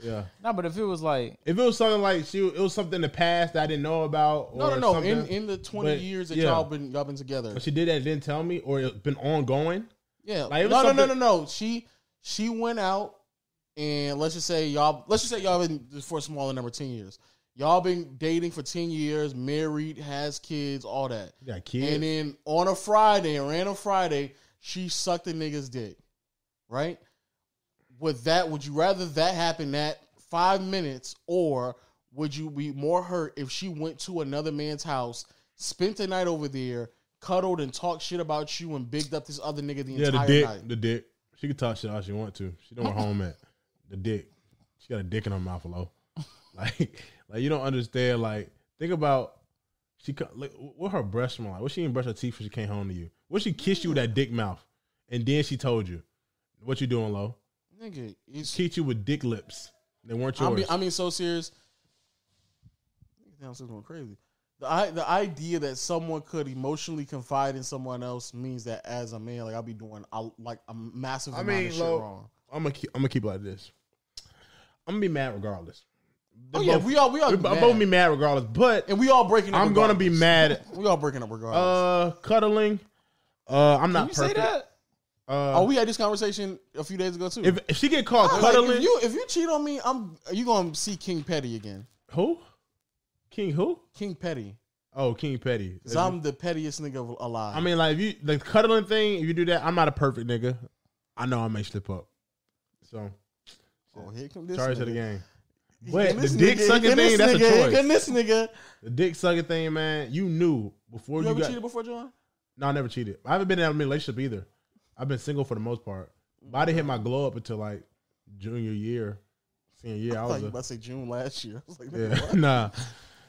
Yeah. no, but if it was like If it was something like she, it was something in the past that I didn't know about. Or no, no, no. Something, In in the twenty But, years that yeah. y'all been y'all been together, But she did that and didn't tell me, or it's been ongoing. yeah. like, it was no, no, no, no, something- no. She she went out and let's just say y'all let's just say y'all been for a smaller number ten years. Y'all been dating for ten years, married, has kids, all that. You got kids. And then on a Friday, a random Friday, she sucked a nigga's dick. Right? With that, would you rather that happen that five minutes, or would you be more hurt if she went to another man's house, spent the night over there, cuddled and talked shit about you and bigged up this other nigga the yeah, the entire dick. night? The dick. She could talk shit all she want to. She don't want home at the dick. She got a dick in her mouth, low. Like, like you don't understand. Like, think about she. co- Like, what her breath smell like? What she didn't brush her teeth when she came home to you? What she kissed you with that dick mouth, and then she told you, "What you doing, low? Nigga, it's, Cheat you with dick lips. They weren't I yours." mean, I mean, so serious. Damn, this is going crazy. The I, the idea that someone could emotionally confide in someone else means that as a man, like I'll be doing, I like a massive I amount mean, of shit low- wrong. I'm gonna keep, I'm gonna keep it like this. I'm gonna be mad regardless. Oh yeah, we all we all we be mad. both be mad regardless, but and we all breaking. up I'm gonna be regardless. mad. We all breaking up regardless. Uh, cuddling. Uh, I'm not you say perfect. that, Uh, oh, we had this conversation a few days ago too. if, if she get caught Like, cuddling, if you if you cheat on me, I'm you gonna see King Petty again. who? King who? King Petty, Oh, King Petty. because I'm the pettiest nigga alive. I mean, like if you the cuddling thing, if you do that, I'm not a perfect nigga. I know I may slip up. So oh, here come this. charge to nigga. the game. Here But come the this nigga, dick here sucking come this thing, that's a nigga, here choice. come this nigga. The dick sucking thing, man. You knew before You you, ever got. cheated before, John? No, I never cheated. I haven't been in a relationship either. I've been single for the most part. But I didn't hit my glow up until like junior year, senior year. I I thought was you a, were about to say June last year. I was like, nigga, yeah, nah,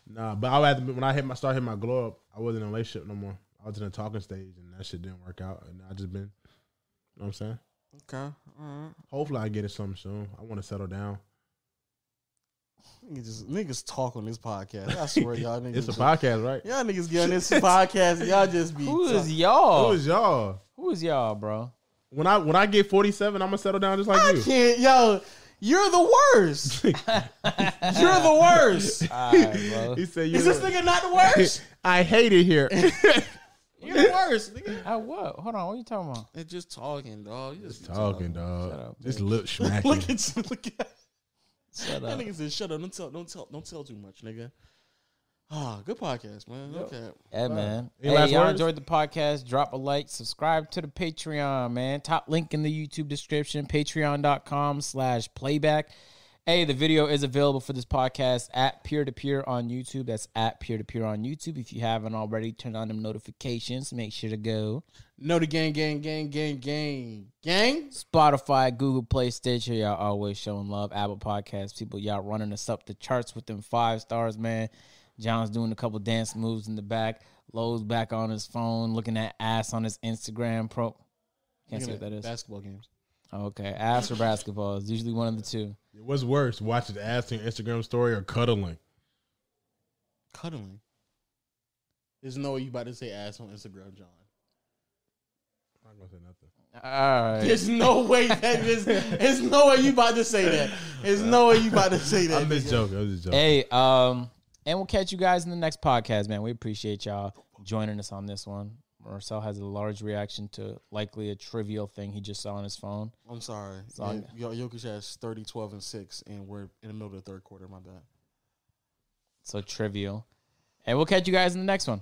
nah. But I had to, when I hit my start hitting my glow up, I wasn't in a relationship no more. I was in a talking stage, and that shit didn't work out. And I just been, you know what I'm saying. okay. All right. Hopefully, I get it something soon. I want to settle down. Niggas, just, niggas talk on this podcast. I swear, y'all niggas. It's a just- podcast, right? Y'all niggas get on this podcast. Y'all just be. who is talk- Who y'all? is y'all? Who is y'all, bro? When I when I get 47, I'm gonna settle down just like I you. can't, yo. You're the worst. You're the worst. bro. He said, Is this "You're- nigga not the worst? I hate it here." You're the worst, nigga. At what? Hold on. What are you talking about? It's just talking, dog. You just Talking dog, Shut up, just lip smacking. Look at you. Look at Shut that up. nigga said, "Shut up! Don't tell, don't tell, don't tell too much, nigga." Ah, good podcast, man. Okay. Yeah, man. Any hey, last y'all words? enjoyed the podcast? Drop a like, subscribe to the Patreon, man. Top link in the YouTube description, patreon.com slash playback. Hey, the video is available for this podcast at peer to peer on YouTube. That's at peer to peer on YouTube. If you haven't already, turn on them notifications. Make sure to go No, the gang, gang, gang, gang, gang, gang. Spotify, Google Play, Stitcher. Y'all always showing love. Apple Podcasts, people, y'all running us up the charts with them five stars, man. John's doing a couple dance moves in the back. Lowe's back on his phone, looking at ass on his Instagram pro. Can't see what Looking that at is. Basketball games. okay, ass or basketball is usually one of the two. What's worse, watching ass in your Instagram story or cuddling? Cuddling. There's no way you about to say ass on Instagram, John. I'm not gonna say nothing. All right. There's no way that is. There's no way you about to say that. There's no way you about to say that. I'm just joking. I'm just joking. Hey, um, and we'll catch you guys in the next podcast, man. We appreciate y'all joining us on this one. Marcel has a large reaction to likely a trivial thing he just saw on his phone. I'm sorry. all Yeah, Yo, Jokic has 30, 12, and 6, and we're in the middle of the third quarter. My bad. So trivial. And we'll catch you guys in the next one.